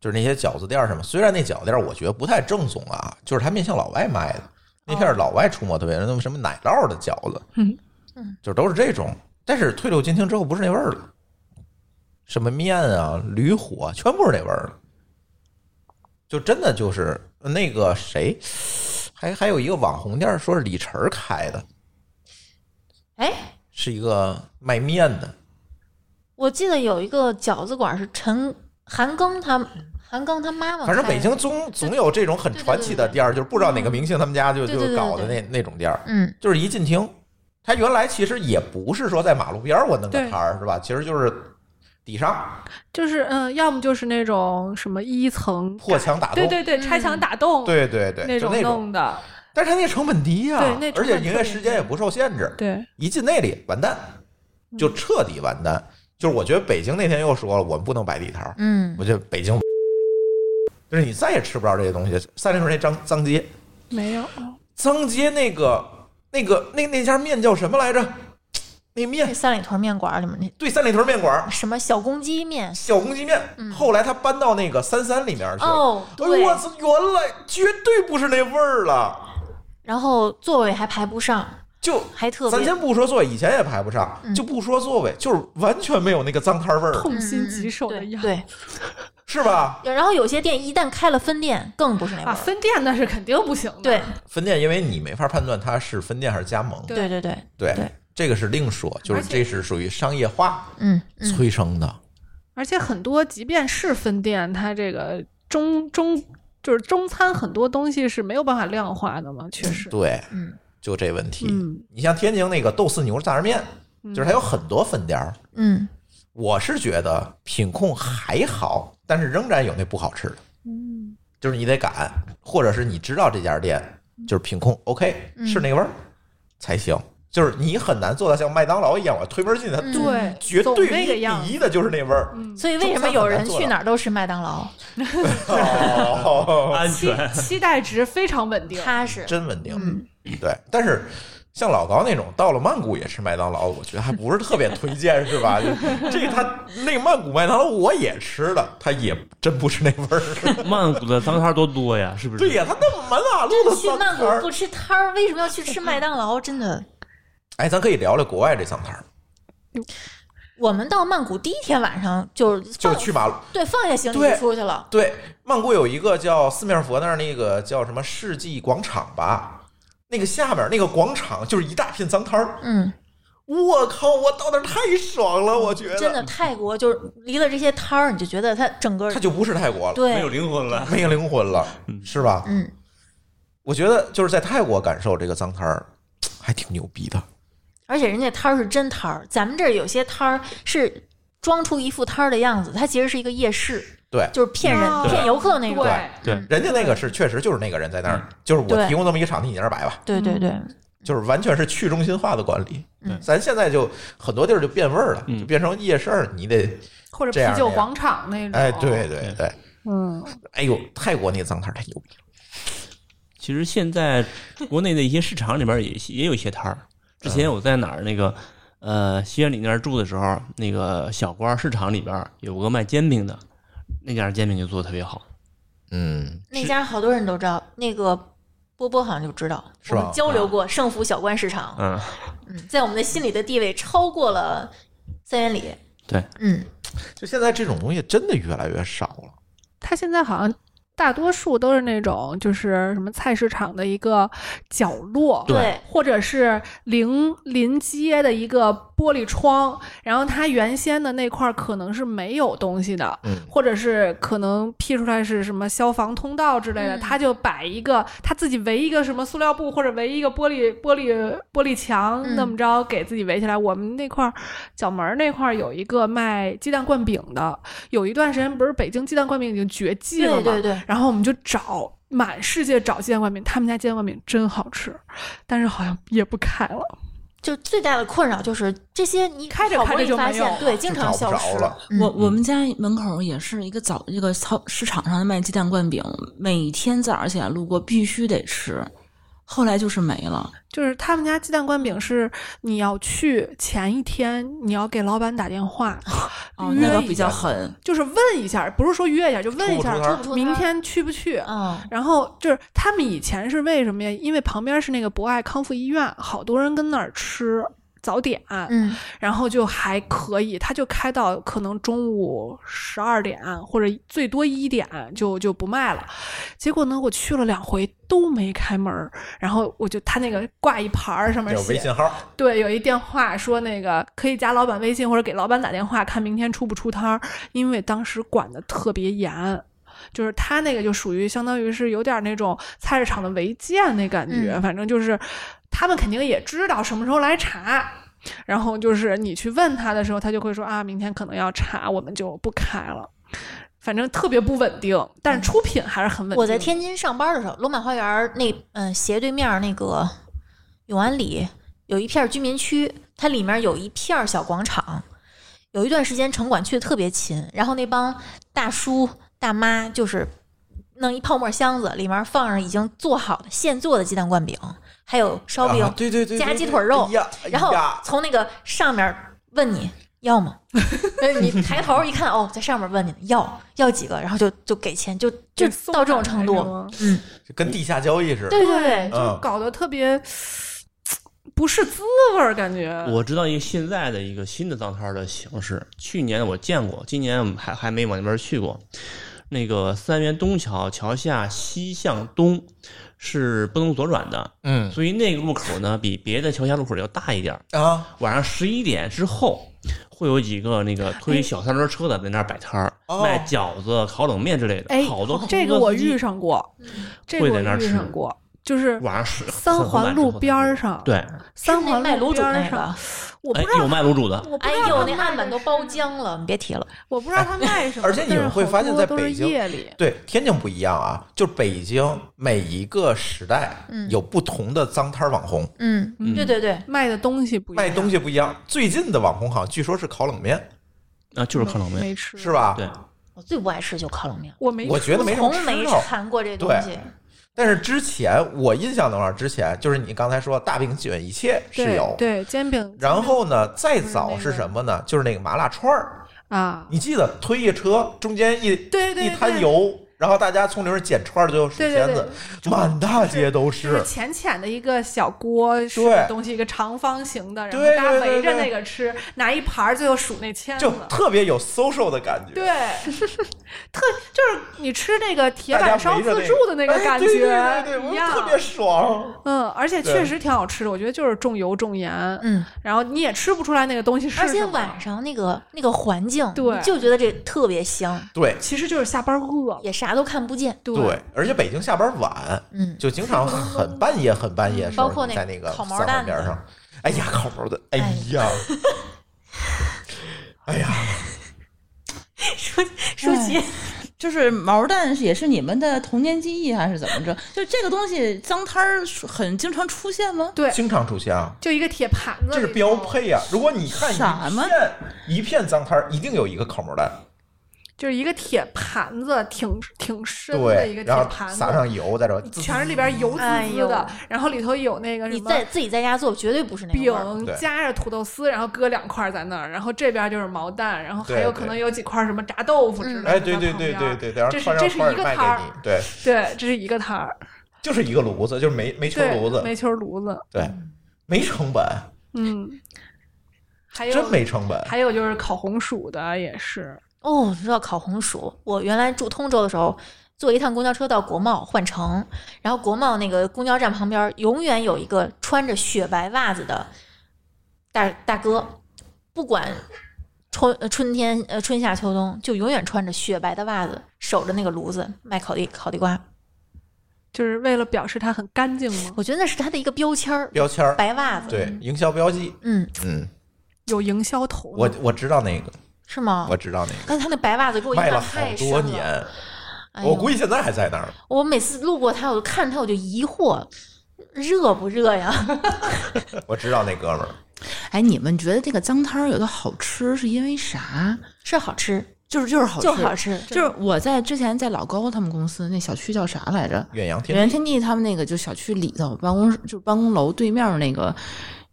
就是那些饺子店儿什么。虽然那饺子店儿我觉得不太正宗啊，就是它面向老外卖的，那片儿老外出没特别多，那么什么奶酪的饺子，
嗯
嗯，
就都是这种。但是退流金厅之后不是那味儿了，什么面啊、驴火、啊、全不是那味儿了，就真的就是那个谁，还还有一个网红店儿说是李晨儿开的，
哎，
是一个卖面的。
我记得有一个饺子馆是陈韩庚他韩庚他妈妈开的，
反正北京总总有这种很传奇的店儿，就是不知道哪个明星他们家就
嗯对对
就
对
搞的
对
那那种店儿，
嗯
就是一进厅，它原来其实也不是说在马路边儿我弄个
对
摊儿是吧？其实就是底上
就是嗯，要么就是那种什么一层
破墙打洞
对，对对，拆墙
嗯
打洞，
对对对，
那
就
种
那种。
弄的，
但是它那成本低呀
对那，
而
成
且
本
营
特
业
别
时间也不受限制，
对，嗯
一进那里完蛋，就彻底完蛋。就是我觉得北京那天又说了，我们不能摆地摊儿，
嗯
我觉得北京 [LAUGHS] 就是你再也吃不着这些东西。三里屯那张脏街。
没有，
脏街那个那个那那家面叫什么来着？那
那
面
三里屯面馆里面那
对三里屯面馆儿
什么小公鸡面
小公鸡面，后来他搬到那个三三里面去了。
嗯哦，
哎呦
对
我，操！原来绝对不是那味儿了。
然后座位还排不上，
就
还特
咱
别
先不说座位，以前也排不上，
嗯
就不说座位，就是完全没有那个脏摊儿味儿了，
痛心疾
嗯
首的
对
样
对，
是吧？
然后有些店一旦开了分店，更不是那味
啊，
儿。
分店那是肯定不行的，
对
分店，因为你没法判断它是分店还是加盟，
对
对对对，
对
对
这个是另说，就是
而且
这是属于商业化
嗯嗯，
催生的。
而且很多即便是分店，它这个中中就是中餐很多东西是没有办法量化的嘛，确实，
对，
嗯，
就这问题。
嗯
你像天津那个豆豉牛肉炸酱面，就是它有很多分店儿，
嗯
我是觉得品控还好，但是仍然有那不好吃的，
嗯
就是你得赶，或者是你知道这家店就是品控 OK
嗯
是那个味儿才行。就是你很难做到像麦当劳一样，我推门进去，它
嗯
对，
绝
总
对
那个
于
样
第一的就是那味儿。
嗯，
所以为什么有人去哪儿都吃麦当劳？
[LAUGHS] 哦
安
期
嗯
全。
期待值非常稳
啊
定。
踏实。
真稳定。
嗯
对，但是像老高那种到了曼谷也吃麦当劳，我觉得还不是特别推荐，是吧？就这他那个曼谷麦当劳我也吃了，他也真不是那味儿。 [LAUGHS]
曼谷的脏摊儿多多呀，是不是？
对呀、他那么满马路的
去
桑
曼
摊
谷
儿
不，吃摊儿，为什么要去吃麦当劳？真的，
哎，咱可以聊聊国外这桑摊儿，
我们到曼谷第一天晚上就是
就
放
是去马路。
对放下行李
对
就出去了。
对，曼谷有一个叫四面佛那儿那个叫什么世纪广场吧，那个下面那个广场就是一大片脏摊儿。
嗯，
我靠，我到那儿太爽了，我觉得
真的，泰国就是离了这些摊儿，你就觉得它整个
它就不是泰国了。
没有
对，
灵魂了。
[LAUGHS] 没有灵魂了，是吧？
嗯，
我觉得就是在泰国感受这个脏摊儿，还挺牛逼的。
而且人家摊儿是真摊儿，咱们这儿有些摊儿是装出一副摊儿的样子，它其实是一个夜市，
对，
就是骗人
哦
骗游客那种。
对，
对，
人家那个是确实就是那个人在那儿，就是我
对嗯
提供这么一个场地，你在那儿摆吧，
对对对，
就是完全是去中心化的管理。
嗯
咱现在就很多地儿就变味儿了，
嗯
就变成夜市儿，你得，
或者
这样
啤酒
的呀
广场那
嗯
种。
哎，对，对对，
嗯，
哎呦，泰国那脏摊儿太牛逼了，
其实现在国内的一些市场里边也也有一些摊儿。之前我在哪儿那个呃西安里那儿住的时候，那个小官市场里边有个卖煎饼的，那家煎饼就做的特别好。
嗯，
那家好多人都知道，那个波波好像就知道，
是
我
吧啊
们交流过盛福小关市场，
嗯，
嗯，在我们的心里的地位超过了三元里。
对，
嗯，
就现在这种东西真的越来越少了。
它现在好像大多数都是那种就是什么菜市场的一个角落，
对
对，
或者是临临街的一个玻璃窗，然后它原先的那块儿可能是没有东西的，
嗯
或者是可能辟出来是什么消防通道之类的，
嗯
他就摆一个他自己围一个什么塑料布或者围一个玻璃玻璃玻璃墙，
嗯
那么着给自己围起来。我们那块儿角门儿那块儿有一个卖鸡蛋灌饼的，有一段时间不是北京鸡蛋灌饼已经绝迹了
对
吗？
对对，
然后我们就找满世界找鸡蛋灌饼，他们家鸡蛋灌饼真好吃，但是好像也不开了。
就最大的困扰就是这些，你
开着
好不容易
开着就
发
没有
现，
了
对，经常
就找
消
不
失
着了。
嗯
我我们家门口也是一个早这个超市场上的卖鸡蛋灌饼，每天早上起来路过必须得吃，后来就是没了。
就是他们家鸡蛋灌饼是你要去前一天，你要给老板打电话，
哦，
约
那个
一
比
下
较狠，
就是问一下，不是说约一下，就问一下
出不出摊儿
出不出摊儿
明天去不去。
嗯，
然后就是他们以前是为什么呀？因为旁边是那个博爱康复医院，好多人跟那儿吃早点，
嗯，
然后就还可以，他就开到可能中午十二点或者最多一点就就不卖了。结果呢，我去了两回都没开门儿，然后我就他那个挂一牌儿上面
有微
写
信号，啊
对，有一电话说那个可以加老板微信或者给老板打电话，看明天出不出摊儿，因为当时管的特别严。就是他那个就属于相当于是有点那种菜市场的违建那感觉，
嗯
反正就是他们肯定也知道什么时候来查，然后就是你去问他的时候，他就会说啊，明天可能要查，我们就不开了。反正特别不稳定，但是出品还是很稳定。
我在天津上班的时候，罗马花园儿那嗯、斜对面儿那个永安里有一片儿居民区，它里面有一片儿小广场。有一段时间城管去的特别勤，然后那帮大叔大妈就是弄一泡沫箱子，里面放上已经做好的现做的鸡蛋灌饼，还有烧饼，
啊对对对，对
加
对
鸡腿肉
哎呀哎
然后
呀
从那个上面问你要吗？ [LAUGHS] 但是你抬头一看，哦，在上面问你要要几个，然后就就给钱，就就
给送
到这种
上
程
来
度
是吗。
嗯，
就跟地下交易似的。
对对对，
就
嗯
搞得特别、不是滋味儿，感觉。
我知道一个现在的一个新的脏摊儿的形式，去年我见过，今年我们还还没往那边去过。那个三元东桥桥下西向东是不能左转的，
嗯
所以那个路口呢比别的桥下路口要大一点儿。
啊
晚上十一点之后，会有几个那个
哎
推小三轮车的在那儿摆摊儿，
哦
卖饺子、烤冷面之类的，
哎
哦
好多
这个我遇
上
上过，这个
嗯
会
我
在那儿
遇
吃
上过。就是
晚上是
三环路边儿上，
对，
三
是那
环
卖
路
卤煮
边
那
儿
个
上，我不
哎
知，道
有，卖卤煮的，
我不
哎
知道
呦，
他
那
卖
案板都
什
包
么，
浆了，你别提了。
我不知道他卖什
[LAUGHS]
么，
而且你们会发现在
但是好多
北京
都是夜里，
对，天津不一样啊，就是北京每一个时代
嗯
有不同的脏摊儿网红，
嗯，
嗯
对对对，
卖的东西不一样，
卖东西不一样。最近的网红好像据说是烤冷面，
啊，就是烤冷面，
没哦吃
是？吧？
对，
我最不爱吃就烤冷面，
我没吃，
我觉得没什么
从没
吃头。
馋过这东西。
但是之前我印象当中，之前就是你刚才说大饼卷一切是
对
有，
对煎饼，
然后呢，再
不
早
是那
是
个
什么呢？就是那个麻辣串儿，
啊，
你记得推一车，中间一
对对
一摊
对
油，然后大家从里面捡串儿就数
对对
签
对
子，满大街都
就是浅浅的一个小锅是
对
个东西，一个长方形的，然后
对
大
对
家
对
围着
对
那个吃，拿一盘儿，最后数那签子
就。特别有 social 的感觉。
对， [LAUGHS] 特就是你吃那个铁
大家
板烧
围着
自
那
助的那个
哎
感
对对对
觉
对我
一
就
样
特，别爽。
嗯，而且
对
确实挺好吃的。我觉得就是重油重盐，
嗯，
然后你也吃不出来那个东西是什
而
么。
且晚上那个那个环境，
对
你就觉得这特别香，
对
其实就是下班饿了，
也啥都看不见。
对
对，而且北京下班晚，
嗯，
就经常很半夜、很半夜的时候，
包括那
你在那个
烤毛
三环
蛋
边
的
上，哎呀，烤毛蛋，哎
哎 [LAUGHS]
呀，哎呀，
舒淇，
哎
就是毛蛋是也是你们的童年记忆还是怎么着？就这个东西脏摊儿很经常出现吗？
对，
经常出现啊。
就一个铁盘子，
这是标，配啊！如果你看
什
一
么
片一片脏摊儿，一定有一个烤毛
[LAUGHS]
蛋，
就是一个铁盘子，挺挺深的一
对
个，
然
铁
后
盘子，
撒上油，再说
全是里边油滋
哎
滋
呦
的，然后里头有那个什
你
么
在自己在家做绝对不是那个味儿。
饼
对
夹着土豆丝，然后搁两块儿在那儿，然后这边就是毛蛋，然后还
对
有
对
可能有几块儿什么炸豆腐之类的。
哎，对对对对，对，然后
这是
穿上
这是
串儿
一个
卖给
摊儿
你，对，
对，这是一个摊儿，
就是一个炉子，就是煤煤球
对，
炉子，
煤球炉子，
对，没成本，
嗯，
哎
还有
真没成本。
还有就是烤红薯的也是，
哦，你知道烤红薯？我原来住通州的时候，坐一趟公交车到国贸换乘，然后国贸那个公交站旁边永远有一个穿着雪白袜子的大大哥，不管春呃春天呃春夏秋冬，就永远穿着雪白的袜子，守着那个炉子卖烤地烤地瓜。
就是为了表示它很干净吗？
我觉得那是他的一个标签儿，
标签儿，
白袜子。，
对，营销标记。
嗯，
嗯，
有营销头
我
呢，
我知道那个，
是吗？
我知道那
但是他那白袜子给哦我
个，
印
卖了
象
好
太深
多年，
哎
我
呦
估计现在还在那儿。
我每次路过他，我就看着他，我就疑惑，热不热呀？ [LAUGHS]
我知道那哥们儿，
哎，你们觉得这个脏摊儿有的好吃是因为啥？
是好吃，
就是就是好吃，
就好吃。
就是我在之前在老高他们公司那小区叫啥来着？
远洋天
远洋天地他们那个就小区里头办公就是办公楼对面儿那个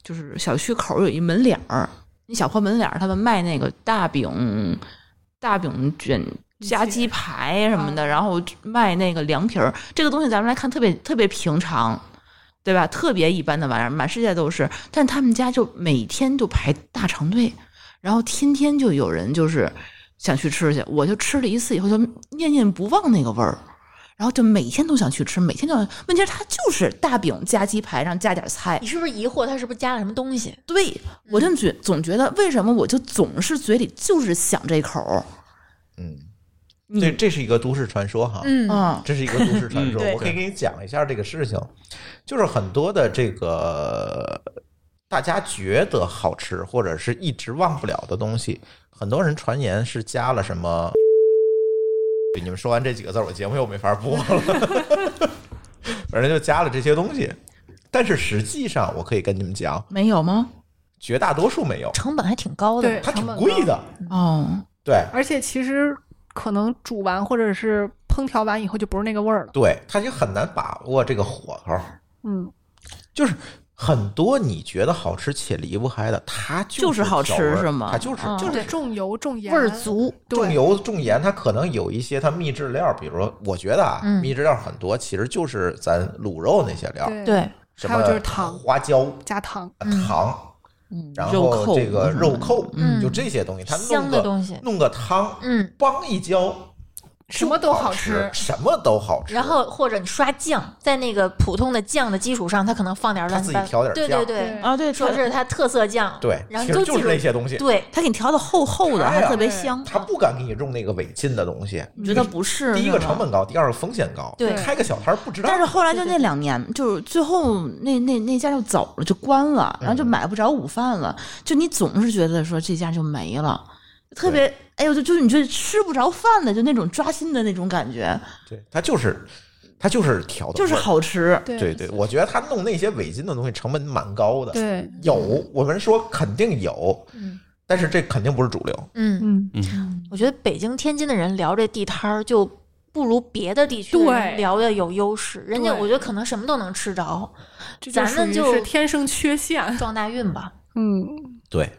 就是小区口儿有一门脸儿，那小破门脸儿他们卖那个大饼大饼卷。夹鸡排什么的，然后卖那个凉皮儿，这个东西咱们来看特别特别平常，对吧？特别一般的玩意儿，满世界都是。但他们家就每天就排大长队，然后天天就有人就是想去吃去。我就吃了一次以后，就念念不忘那个味儿。然后就每天都想去吃，每天都想。问题是它就是大饼加鸡排，然后加点菜
你。是不是疑惑他是不是加了什么东西？
对我就觉总觉得为什么我就总是嘴里就是想这口儿，
嗯，
你
这这是一个都市传说哈。
嗯
嗯，
这是一个都市传说，
嗯对
我可以给你讲一下这个事情，就是很多的这个大家觉得好吃或者是一直忘不了的东西，很多人传言是加了什么。你们说完这几个字儿，我节目又没法播了， [LAUGHS] 反正就加了这些东西。但是实际上，我可以跟你们讲，
没有吗？
绝大多数没有，
成本还挺高的。
对
它挺
成本
贵的。
哦，
对
而且其实可能煮完或者是烹调完以后就不是那个味儿了，
对，它就很难把握这个火候。
嗯，
就是很多你觉得好吃且离不开的，它
就是是好吃
调味儿
是吗
它就是、
嗯
就
就是是重油重盐
味儿足，
重
对
油重盐，它可能有一些它秘制料，比如说我觉得啊，
嗯
秘制料很多其实就是咱卤肉那些料，
对，
啊什
还有
么
就是糖
花椒、呃
加糖，
嗯
糖，
嗯
然
肉
后
扣
这个
嗯
肉扣，
嗯
就这些东西，它
香
弄
的
个
东西。
弄个汤，
嗯，
梆一浇，
什么都好
吃
吃，
什么都好吃。
然后或者你刷酱，在那个普通的酱的基础上，它可能放点
它
乱
自
七
己
八糟
调点，
对
酱
对对，
啊，对，
说
它
这是它特色酱，
对，
然后
其实
你就记
就是
住
那些东西，
对，
它给你调的厚厚的，
哎呀
还特别
对
香。
他不敢给你用那个违禁的东西。
我觉得不是
第一个
是吧
成本高，第二个风险高。
对
开个小摊儿不值当。
但是后来就
对对
那两年，就是最后那那那家就走了，就关了，然后就
嗯
买不着午饭了。就你总是觉得说这家就没了，特别哎呦，就就是你觉得吃不着饭的，就那种抓心的那种感觉，
对，他就是他就是调的，
就是。好吃。
对
对对，我觉得他弄那些违禁的东西成本蛮高的。
对，
有，我们说肯定有，
嗯
但是这肯定不是主流。
嗯，
嗯，
我觉得北京、天津的人聊这地摊儿，就不如别的地区的
对
人聊的有优势。人家
对
我觉得可能什么都能吃着，
这
咱
属
们
于
就是
天生缺陷。
撞大
[LAUGHS]
运吧。
嗯，
对，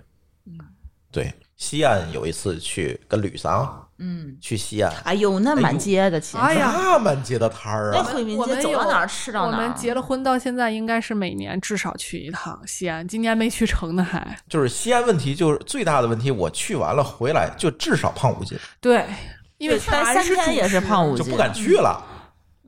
对，西安有一次去跟吕桑
嗯，
去西安，
哎呦，那
哎
满
呦
街的亲。
哎呀
那满街的摊儿
那
啊，
惠民
我
街
们
走到
有
哪儿吃到
我
哪儿，
们结了婚到现在，应该是每年至少去一趟西安，今年没去成呢还。
就是西安问题，就是最大的问题。我去完了回来就至少胖五斤，
对，因为
待
全
三
是主
天也是
食
胖五
就
斤，
不敢去了。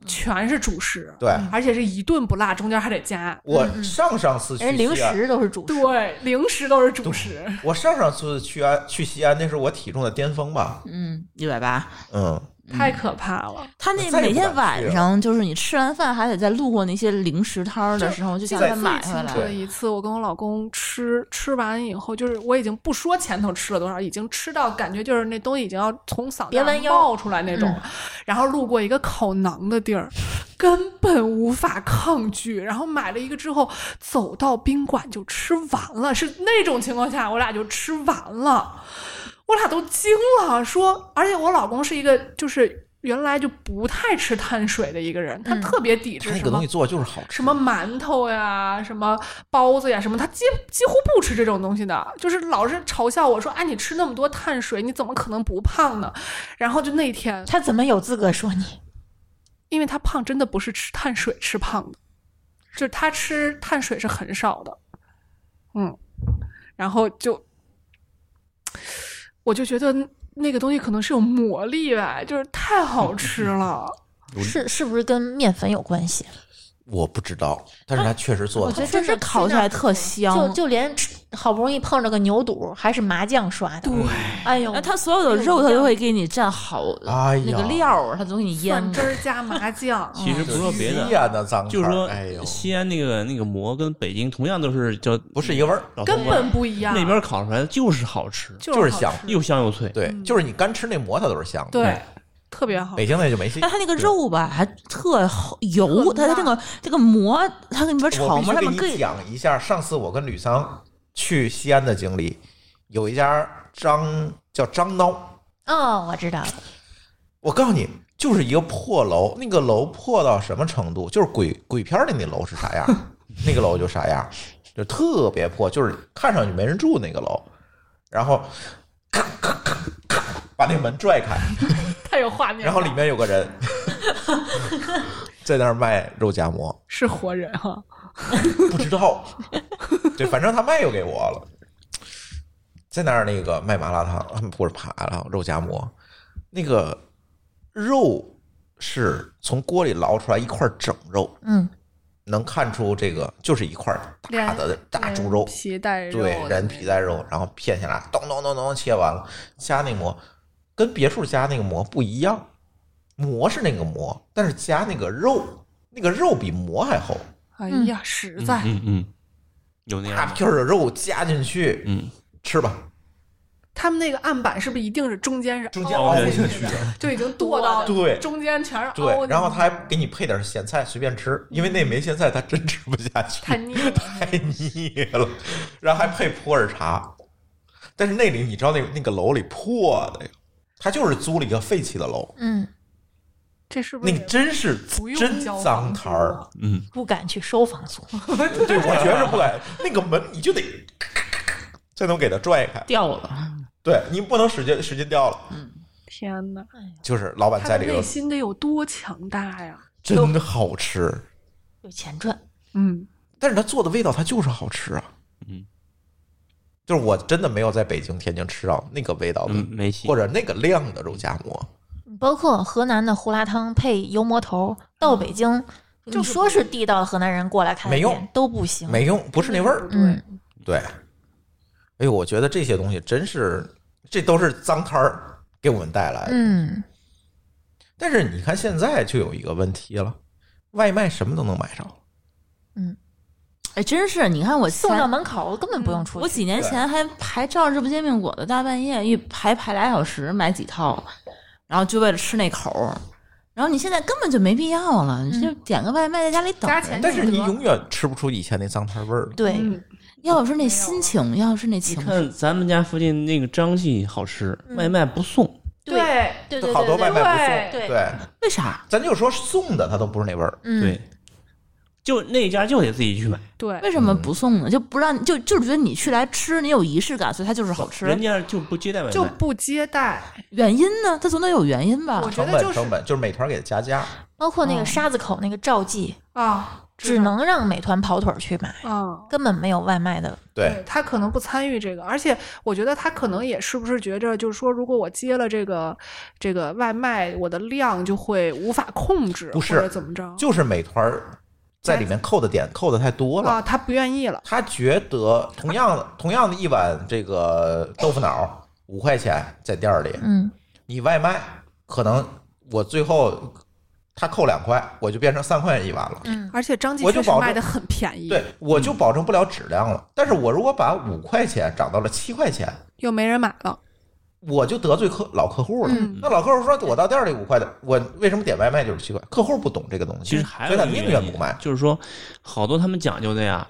全是主食，
对
而且是一顿不落，中间还得加。
我上上次去
人哎零
西安，
食都是主食，
对，零食都是主食。
我上上次去安去西安，那是我体重的巅峰吧？
嗯，一百八。
嗯，
太可怕了！
他
我
那
再也不
每天
敢去
晚
了
上，就是你吃完饭还得再路过那些零食摊儿的时候，就想
在
再买回来
最清楚。的一次，我跟我老公吃吃完以后，就是我已经不说前头吃了多少，已经吃到感觉就是那东西已经要从嗓子
别弯
眼
腰
冒出来那种。
嗯
然后路过一个烤馕的地儿，根本无法抗拒。然后买了一个之后，走到宾馆就吃完了，是那种情况下，我俩就吃完了。我俩都惊了，说，而且我老公是一个就是原来就不太吃碳水的一个人，他
嗯
特别抵制
他那
什
个
么
东西做的就是好吃，
什么馒头呀，什么包子呀，什么，他几几乎不吃这种东西的，就是老是嘲笑我说：“哎，你吃那么多碳水，你怎么可能不胖呢？”然后就那天，
他怎么有资格说你？
因为他胖真的不是吃碳水吃胖的，就是他吃碳水是很少的，嗯，然后就我就觉得那个东西可能是有魔力吧，就是太好
[LAUGHS]
吃了，
是是不是跟面粉有关系？
我不知道，但是他确实做
我
的
觉
好
啊
吃。
得真是烤出来特香。
就就连吃好不容易碰着个牛肚，还是麻酱刷的。对，哎呦，
然后它所有的肉，它都会给你蘸好
哎呀
那个料儿，它都给你
蒜
腌
汁
着。
儿加
[LAUGHS]
麻酱，
其实不说别
西
的，
安的脏摊儿，
就是说
哎呦，
西安那个那个馍跟北京同样都是叫
不是一个味儿，
老头
根
馍
本不一样，
那边烤出来的就是好吃，
就是
好
香
吃
又香又脆。
对，就是你干吃那馍它都是香的，
嗯对，特别好。
北京那就没戏
[LAUGHS]
但。它那个肉吧，还特厚油，它它那个这个馍，它跟里边
我
炒
必须
嘛，它
给
们
你讲一下，上次我跟吕桑去西安的经历，有一家张叫张孬，
哦，我知道了，
我告诉你，就是一个破楼，那个楼破到什么程度？就是鬼鬼片里那楼是啥样，那个楼就啥样，就特别破，就是看上去没人住那个楼，然后咔咔咔咔把那门拽开，
[LAUGHS] 太有画面了。
然后里面有个
[LAUGHS]
人在那儿卖肉夹馍，
是活人哈、
不知道，对，反正他卖又给我了，在那儿那个卖麻辣烫，啊不是麻辣烫，肉夹馍，那个肉是从锅里捞出来一块整肉，
嗯，
能看出这个就是一块大的大猪肉，
皮带肉，
对，人皮。带肉，然后片下来，咚咚咚咚切完了，加那馍跟别处加那个馍不一样，馍是那个馍，但是加那个肉，那个肉比馍还厚，
哎呀，实
嗯
在、
嗯嗯，有那
大
样的，
片儿的肉加进去，
嗯，
吃吧。
他们那个案板是不是一定是中间是
中间
凹
凹
进
哦进
去
去
的
的，
就已经剁到
对
中间全是凹进去
对
的，
然后他还给你配点咸菜，随便吃，因为那没咸菜他真吃不下去，
太腻了。
太腻了。然后还配普洱茶，但是那里你知道那那个楼里破的呀，他就是租了一个废弃的楼，
嗯，
这是不
那
是
个真是
不用
真
交
脏
房
摊儿，
租
嗯，
不敢去收房租，
对，我觉着不敢，那个门你就得才能给它拽开，
掉了。
对你不能使劲使劲掉了。
天哪，
就是老板
嗯他
在
的
里
内
头
心得有多强大呀？
真好吃，
有钱赚。
嗯，
但是他做的味道它就是好吃啊。
嗯，
就是我真的没有在北京、天津吃到那个味道的，
嗯没戏
或者那个量的肉夹馍。
包括河南的胡辣汤配油馍头，到北京
就是
你说嗯是地道的河南人过来开的
没用
店都不
嗯
行，
没用，不是那味儿。
嗯，
对，哎呦，我觉得这些东西真是，这都是脏摊儿给我们带来的。
嗯，
但是你看现在就有一个问题了，外卖什么都能买着。
哎，真是，你看我前
送到门口根本不用出
我
去，
几年前还排照着这不煎饼果子，大半夜一排排俩小时买几套，然后就为了吃那口儿。然后你现在根本就没必要了，你就点个外卖在家里等
加
着。
钱
但是你永远吃不出以前那脏摊儿味儿了。
对，
嗯，
要是那心情，要是那
你
情绪，
看咱们家附近那个张记好吃，
嗯
外卖不送，
对，
对对对，
好多外卖不
对
送，
对
对，
为啥？
咱就说送的它都不是那味儿。
嗯，
对，就那家就得自己去买，
对，
为什么不送呢？就不让，就就是觉得你去来吃，你有仪式感，所以它就是好吃。
人家就不接待外
就
卖。
不接待，
原因呢？它总得有原因吧
我？觉
成
得
本
就是
成本就是美团给它加价，
包括那个
哦
沙子口那个赵记，
啊，
只能让美团跑腿儿去
嗯
买，
啊。
根本没有外卖的，
对，
他可能不参与这个，而且我觉得他可能也是不是觉着，就是说，如果我接了这个这个外卖，我的量就会无法控制，
不是
或者怎么着？
就是美团儿在里面扣的点扣的太多了。
啊，他不愿意了，
他觉得同样的同样的一碗这个豆腐脑儿五块钱在店儿里，
嗯，
你外卖可能我最后他扣两块，我就变成三块钱一碗了。
而且张记
我就
确实
保证
卖的很便宜，
对，我
嗯
就保证不了质量了。但是我如果把五块钱涨到了七块钱，
又没人买了，
我就得罪客老客户了。
嗯
那老客户说，我到店里五块的，我为什么点外卖就是七块？客户不懂这个东西，
其实还
所
有
以他
一个
宁
原
愿
因
不买。
就是说好多他们讲究的呀，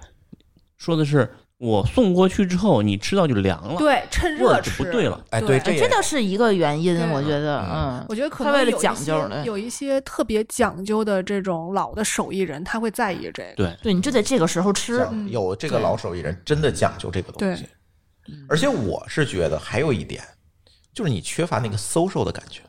说的是我送过去之后你吃到就凉了，
对，趁
味
热
儿就
吃
不对了。
哎，
对
对，
哎
这
这
也
倒是一个原因
对，
我觉得，嗯，
我觉得可
他
能
为了
有一
讲
些
究呢
有一些特别讲究的这种老的手艺人，他会在意这个。
对，
对你就得这个时候吃。
嗯
讲有这个老手艺人真的讲究这个东西
对。
而且我是觉得还有一点，就是你缺乏那个 social 的感觉，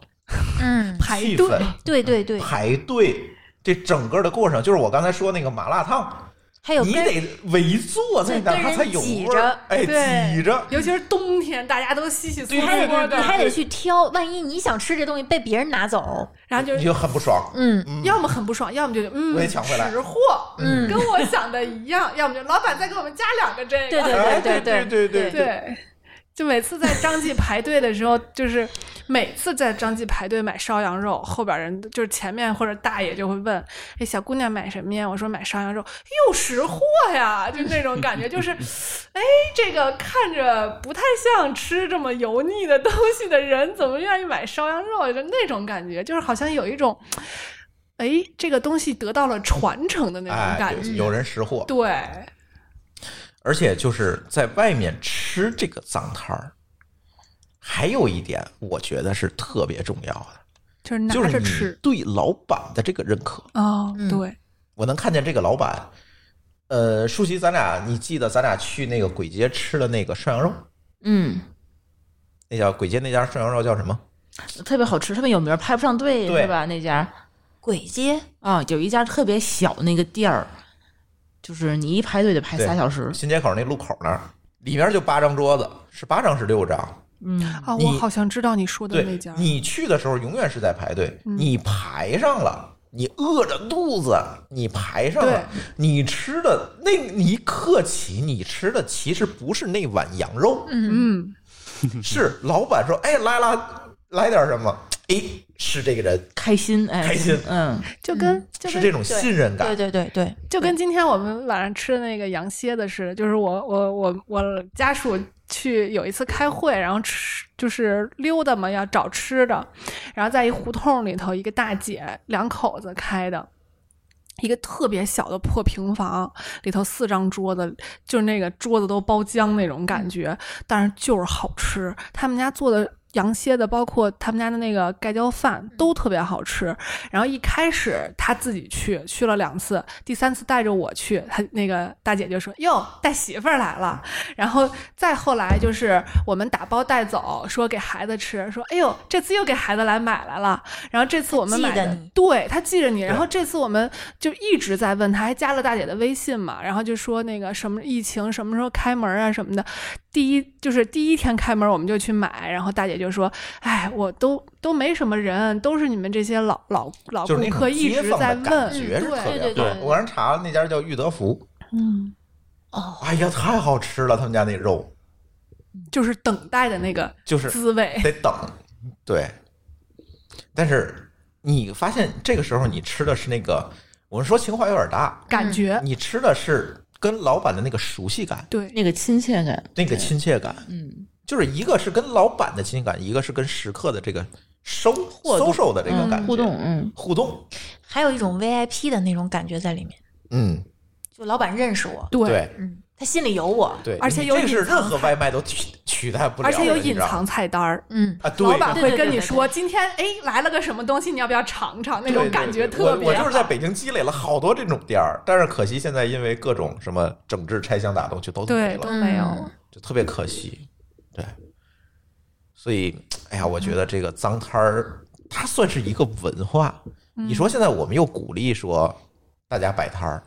嗯，
排
气
队
氛、
对对对，
排队，这整个的过程，就是我刚才说那个麻辣烫，
还有
你
跟
得围坐在那儿，
对跟
它
人
才有
挤
味儿
着，
哎，
对
挤着。
尤其是冬天，大家都稀稀
对
你
嗦
还
嗦
得
的，
你还得去挑，万一你想吃这东西被别人拿走，
然后就
你就很不爽，
嗯
要么很不爽，要么就嗯，
我也抢回来
识货，
嗯
跟我想的一样， [LAUGHS] 要么就老板再给我们加两个这
对
个，
哎
对
对
对
对对对
对
对。就每次在张记排队的时候，就是每次在张记排队买烧羊肉，后边人就是前面或者大爷就会问：“哎，小姑娘买什么呀？”我说买烧羊肉，又识货呀，就那种感觉，就是，哎，这个看着不太像吃这么油腻的东西的人，怎么愿意买烧羊肉？就那种感觉，就是好像有一种，哎，这个东西得到了传承的那种
哎，
感
对
觉。
有人识货，
对，
而且就是在外面吃这个脏摊儿，还有一点我觉得是特别重要的，
就是
就
拿
是
着
你
吃。
对老板的这个认可。
哦，
嗯
对，
我能看见这个老板，呃，舒淇，咱俩你记得咱俩去那个簋街吃的那个涮羊肉，
嗯，
那叫簋街那家涮羊肉叫什么？
特别好吃，特别有名，排不上队
对
是吧？那家
鬼街，
啊，有一家特别小那个店儿，就是你一排队得排
对
仨小时。
新街口那路口那儿，里面就八张桌子，是八张是六张？
嗯，
啊，
你
我好像知道你说的那
对
家，，嗯
你去的时候永远是在排队，你排上了，你饿着肚子，你排上了，你吃的那你客气，你吃的其实不是那碗羊肉，
嗯，
是老板说，哎，来来来点什么，哎，是这个人，
开心，哎，
开心
嗯，
就跟就是跟
这种信任感
对，对对对，
就跟今天我们晚上吃的那个羊蝎子似的，就是我我我我家属去有一次开会，然后吃就是溜达嘛，要找吃的，然后在一胡同里头，一个大姐两口子开的。一个特别小的破平房，里头四张桌子，就是那个桌子都包浆那种感觉，但是就是好吃。他们家做的羊蝎子，包括他们家的那个盖浇饭，都特别好吃。然后一开始他自己去，去了两次，第三次带着我去，他那个大姐就说：“哟，带媳妇儿来了。”然后再后来就是我们打包带走，说给孩子吃，说：“哎呦，这次又给孩子来买来了。”然后这次我们
记
买
得
的
你，
对他记着你。然后这次我们就一直在问他，还加了大姐的微信嘛，然后就说那个什么疫情什么时候开门啊什么的。第一就是第一天开门我们就去买，然后大姐就说：“哎，我都都没什么人，都是你们这些老老老
就是那
顾客
种
一
街
直
坊
在
的感
问。
觉是特
对
别
对
棒。
对
我让人查了那家叫裕德福，
嗯，哦，
哎呀，太好吃了，他们家那肉
就是等待的那个
就是
[LAUGHS] 滋味。
得等，对。但是你发现这个时候你吃的是那个，我们说情怀有点大，
感觉，
你吃的是跟老板的那个熟悉感，
对，
那个亲切感，
那个亲切感，
嗯，
就是一个是跟老板的亲切感，一个是跟食客的这个收
互动
收收的这个
嗯
感觉
互动，嗯，
互动，
还有一种 VIP 的那种感觉在里面，
嗯，
就老板认识我，
对
对
嗯，他心里有我，
对，
而且
你
有
这个是
隐藏
任何外卖都取取代不了
而
的，
且有
你
隐
知道吗
藏菜单儿。
嗯，
啊，对
老板
对
会
对
跟
对
你
对
说，今天哎来了个什么东西，你要不要尝尝？那
对
种
对
感觉
对
特别
我。我就是在
好
北京积累了好多这种店儿，但是可惜现在因为各种什么整治、拆箱、打洞，就都没
对都
了，
没有，
嗯
就特别可惜。对，所以哎呀，我觉得这个脏摊儿它算是一个文化。你
嗯
说现在我们又鼓励说大家摆摊儿，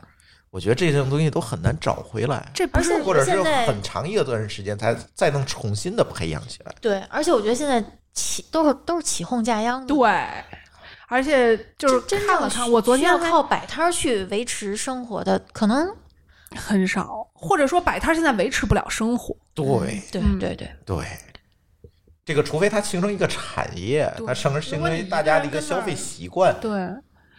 我觉得这种东西都很难找回来。
这不
而
是
且
或
我
者
们
是
现在
很长一段时间才再能重新的培养起来，
对，而且我觉得现在起都是都是起哄架秧的，
对，而且就是
真
看
正
了看，
需
我昨
需
天
要
还
靠摆摊儿去维持生活的，可能
很少，或者说摆摊儿现在维持不了生活。
对
对
嗯
对对，
对，这个除非它形成一个产业，
对
它形成形
如果
成
你一
一
个
大家的
人
一个
跟
消
那儿
费习惯，
对，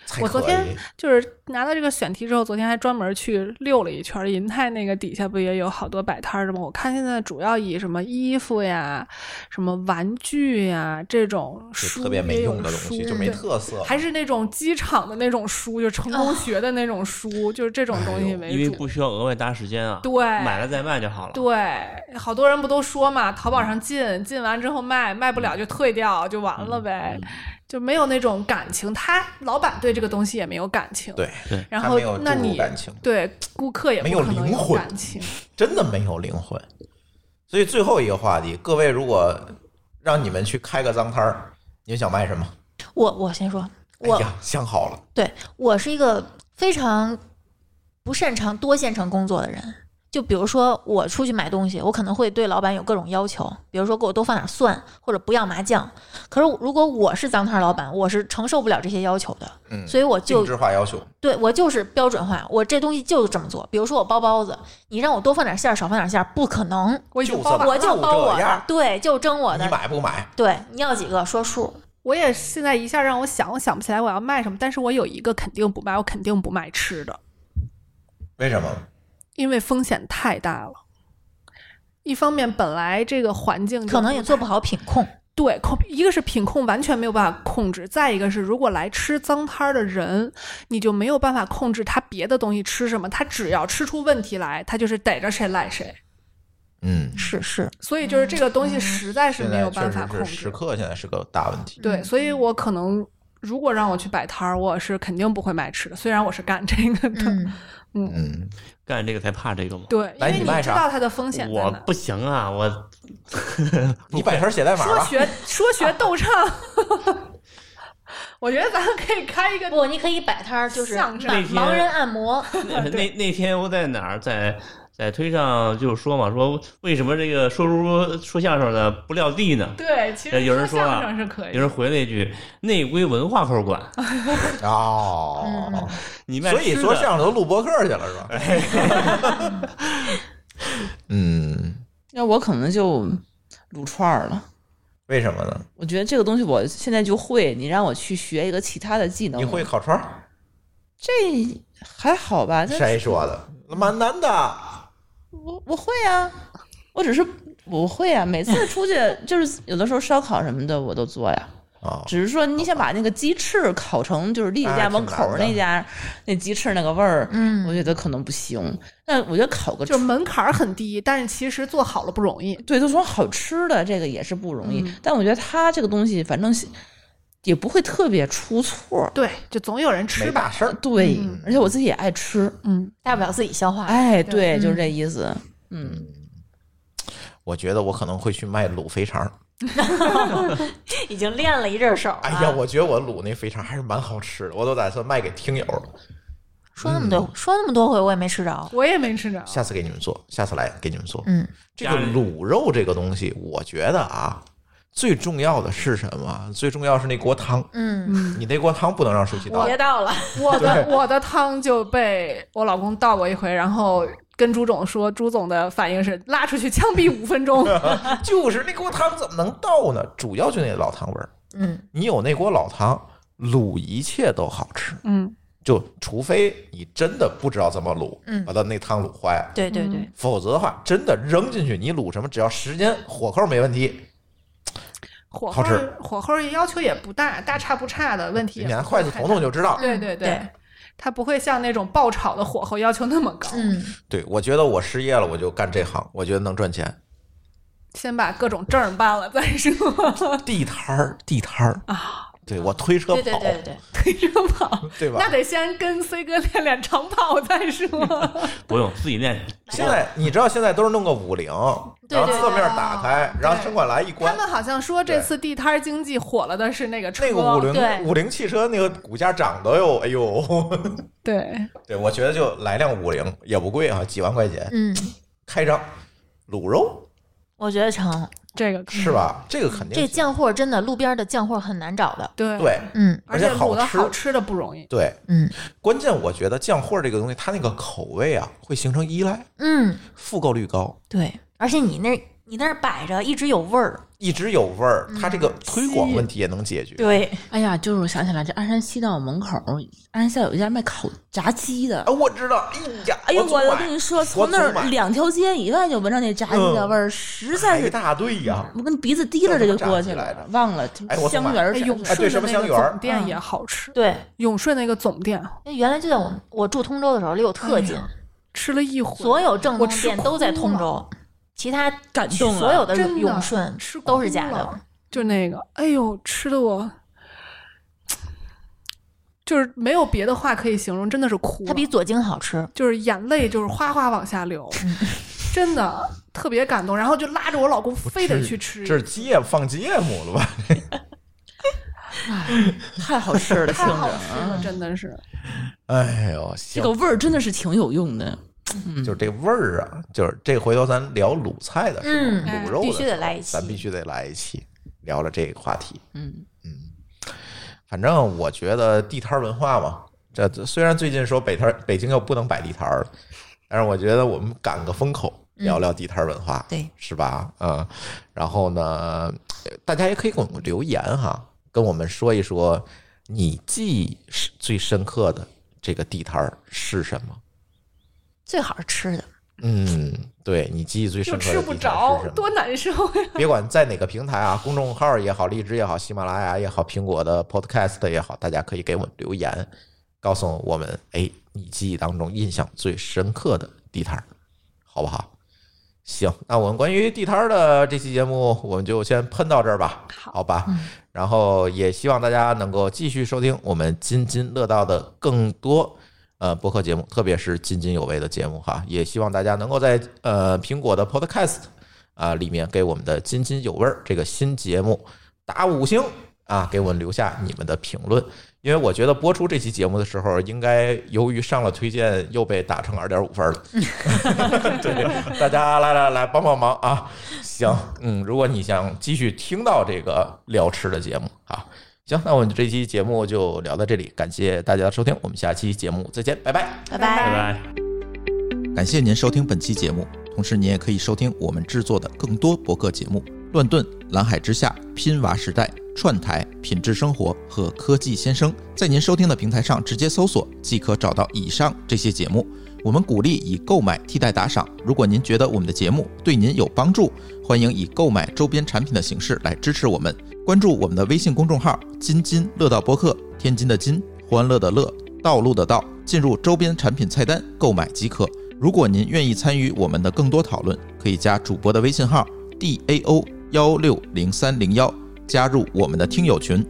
才
我昨
可
天
以。
就是拿到这个选题之后，昨天还专门去溜了一圈儿。银泰那个底下不也有好多摆摊儿的吗？我看现在主要以什么衣服呀、什么玩具呀这种
就
书，
特别没用的东
也
西，
有
就
书
没
对
特色。
还是那种机场的那种书，就成功学的那种
[LAUGHS]
书，就是这种东
哎
西
因为
为主。
不需要额外搭时间啊，
对
买了再卖就好了。
哎对，好多人不都说嘛，淘宝上
嗯
进，进完之后卖，卖不了就退掉，就完了呗，
嗯
就没有那种感情。他老板对这个东西也没有感情，
对，
然
他
后
没有
那
注入
你
感情
对顾客也不
没有
可能
灵魂
感情，
真的没有灵魂。所以最后一个话题，各位如果让你们去开个脏摊儿，你们想卖什么？
我我先说，我、
哎呀，想好了，
对我是一个非常不擅长多线程工作的人。就比如说我出去买东西，我可能会对老板有各种要求，比如说给我多放点蒜，或者不要麻酱。可是如果我是脏摊儿老板，我是承受不了这些要求的，
嗯，
所以我
定
就
制化要求，
对我就是标准化，我这东西就是这么做。比如说我包包子，你让我多放点馅儿，少放点馅儿，不可能，
我已
就
经
这
包
么
完
我
了。
就包我
就这样
的，对，就蒸我
你
的，
买不买？
对，你要几个说数，
我也现在一下让我想，我想不起来我要卖什么，但是我有一个肯定不卖，我肯定不卖吃的，
为什么？
因为风险太大了。一方面，本来这个环境就
可能也做不好品控。
对，控一个是品控完全没有办法控制，再一个是如果来吃脏摊儿的人，你就没有办法控制他别的东西吃什么，他只要吃出问题来，他就是逮着谁赖谁。
嗯，
是是，
所以就是这个东西实在是
现
没
在
有
确
办法控
实是
制
食。客现在是个大问题。
对，所以
嗯
我可能如果让我去摆摊儿，我是肯定不会卖吃的，虽然我是干这个的。
嗯，
嗯，
干这个才怕这个吗？
对，因
来
为
你
你
卖
知
啥
道它的风险在
我
哪。
不行啊，
[LAUGHS]
我
你摆摊儿写代码
说
吧。
学说
[LAUGHS]
学逗唱， [LAUGHS] 我觉得咱们可以开一个
不，你可以摆摊儿，就是
相声
盲
那天
盲人按摩。
那那那天我在哪儿，在在推上就说嘛，说为什么这个说书说相声的不撂地呢？
对，其实
有人说
相
啊
声是可以
有人回了一句：“内归文化口管，
啊
哦，
你卖
所以
吃
说
的
相声都录播客去了是 [LAUGHS] 吧？ [LAUGHS] 嗯，
那我可能就撸串儿了。
为什么呢？
我觉得这个东西我现在就会，你让我去学一个其他的技能，
你会烤串儿？
这还好吧？但
谁说的？啊蛮难的。
我我会啊，我只是我会啊，每次出去就是有的时候烧烤什么的我都做呀。
哦，
只是说你想把那个鸡翅烤成就是丽丽家门口那家那鸡翅那个味儿，
嗯
我觉得可能不行。但我觉得烤个
就是门槛儿很低，但是其实做好了不容易。
对，都说好吃的这个也是不容易，
嗯
但我觉得它这个东西反正是也不会特别出错。
对，就总有人
没
吃吧。
大事儿。
对，
嗯
而且我自己也爱吃，
嗯，
大不了自己消化。
哎，对，
嗯
就是这意思。嗯，
我觉得我可能会去卖卤肥肠儿。
已经练了一阵手了。
哎呀，我觉得我卤那肥肠还是蛮好吃的，我都打算卖给听友了。
说那么多、说那么多回，我也没吃着。
我也没吃着。
下次给你们做，下次来给你们做。
嗯，
这个卤肉这个东西，我觉得啊，最重要的是什么？最重要是那锅汤，
嗯，
你那锅汤不能让舒淇倒。
别到了，
我的我的汤就被我老公倒过一回，然后跟朱总说，朱总的反应是拉出去枪毙五分 [LAUGHS] 钟。
就是那锅汤怎么能倒呢？主要就那老汤味儿。
嗯
你有那锅老汤，卤一切都好吃。
嗯，
就除非你真的不知道怎么卤，
嗯
把它那汤卤坏了，
对对对，
否则的话，真的扔进去你卤什么，只要时间火候没问题，
火
好
候
吃
火候要求也不大，大差不差的问题也
你
不
拿
是
筷子
太
捅
大
捅就知道。
对对
对，
它不会像那种爆炒的火候要求那么高。
嗯，
对，我觉得我失业了，我就干这行，我觉得能赚钱。
先把各种证儿办了再说。
[LAUGHS] 地摊儿，地摊儿啊，对我推车跑，
嗯对对对对对，
推着跑，
对吧
那？得先跟飞哥练练长跑再说。
不用自己练去。
现在你知道现在都是弄个五菱，
对
然后
对
侧面打开，然后
对
城管来一
他
关，
们好像说这次地摊儿经济火了的是那个车，
那个五
对
菱五菱汽车那个股价涨的哟， [LAUGHS] 哎呦，
对，
对我觉得就来辆五菱也不贵啊，几万块钱
嗯，
开张，卤肉
我觉得成。
这个可
嗯
以
是吧？这个肯定
这酱货真的，路边的酱货很难找的。
对，
对，
嗯
而
而
且
且
好
卤
吃
的好吃的不容易。
对，
嗯
关键我觉得酱货这个东西，它那个口味啊，会形成依赖，
嗯，
复购率高，
对，而且你那你那儿摆着一直有味儿，
一直有味儿，它
嗯
这个推广问题也能解决。
对，
哎呀，就是我想起来，这鞍山西道门口，鞍山西道有一家卖烤炸鸡的
啊，。我知道，哎呀，
哎呦，
我总
我跟
买
你说，从那
我总
儿
买
两条街以外就闻着那炸鸡的味儿，实在
一
是
大堆哎呀。
我跟鼻子滴溜着就过去
叫什么炸鸡来着
了，忘了
哎我怎么
香园儿
哎，
啥
永
的。
哎对
顺
什
的
么
那
香
个
园儿
总店
嗯
也好吃。
对，
永顺那个总店
那原来就在我我住通州的时候离我特近，
吃了一回，
所有正宗
我吃
店都在通
哭
州，其他
感动啊
所有的
真的
永顺
吃
都
哭
是假的
了。就那个，哎呦，吃的我。就是没有别的话可以形容，真的是哭了。
它比左京好吃。
就是眼泪就是哗哗往
[LAUGHS]
下流，真的特别感动。然后就拉着我老公非得去
嗯
吃，
这是芥放芥末了吧？ [LAUGHS]
太好吃了，听
太好
着
吃
嗯
了，真的是。
哎呦，
这
行
个，味儿真的是挺有用的。
就是这味儿啊，就是这回头咱聊卤菜的时候，
嗯
卤肉的
必
时候
须得来一期
咱必须得来一期聊聊这个话题。
嗯，
反正我觉得地摊儿文化嘛，这这虽然最近说北摊儿北京又不能摆地摊儿了，但是我觉得我们赶个风口聊聊地摊儿文化，
嗯对，
是吧？嗯，然后呢，呃大家也可以给我们留言哈，跟我们说一说你记忆是最深刻的这个地摊儿是什么？
最好是吃的，
嗯，对你记忆最
就
深刻
吃
的
不
地摊儿
着
是什，么？
多难受呀！
[LAUGHS] 别管在哪个平台啊，公众号也好，荔枝也好，喜马拉雅也好，苹果的 Podcast 也好，大家可以给我们留言，告诉我们，哎，你记忆当中印象最深刻的地摊儿，好不好？行，那我们关于地摊儿的这期节目，我们就先喷到这儿吧，
好
好吧？然后也希望大家能够继续收听我们津津乐道的更多呃播客节目，特别是津津有味的节目哈，也希望大家能够在呃苹果的 Podcast 啊、里面给我们的津津有味儿这个新节目打五星啊，给我们留下你们的评论，因为我觉得播出这期节目的时候，应该由于上了推荐又被打成二点五分了。 [LAUGHS] 对，大家来来来帮帮忙啊！行，嗯，如果你想继续听到这个聊吃的节目啊，行，那我们这期节目就聊到这里，感谢大家的收听，我们下期节目再见，拜拜。
拜
拜
拜拜。
感谢您收听本期节目，同时您也可以收听我们制作的更多博客节目：乱炖、蓝海之下、拼娃时代、串台、品质生活和科技先生。在您收听的平台上直接搜索，即可找到以上这些节目。我们鼓励以购买替代打赏。如果您觉得我们的节目对您有帮助，欢迎以购买周边产品的形式来支持我们。关注我们的微信公众号“津津乐道播客”，天津的津，欢乐的乐，道路的道，进入周边产品菜单购买即可。如果您愿意参与我们的更多讨论，可以加主播的微信号 d a o 幺六零三零幺，加入我们的听友群。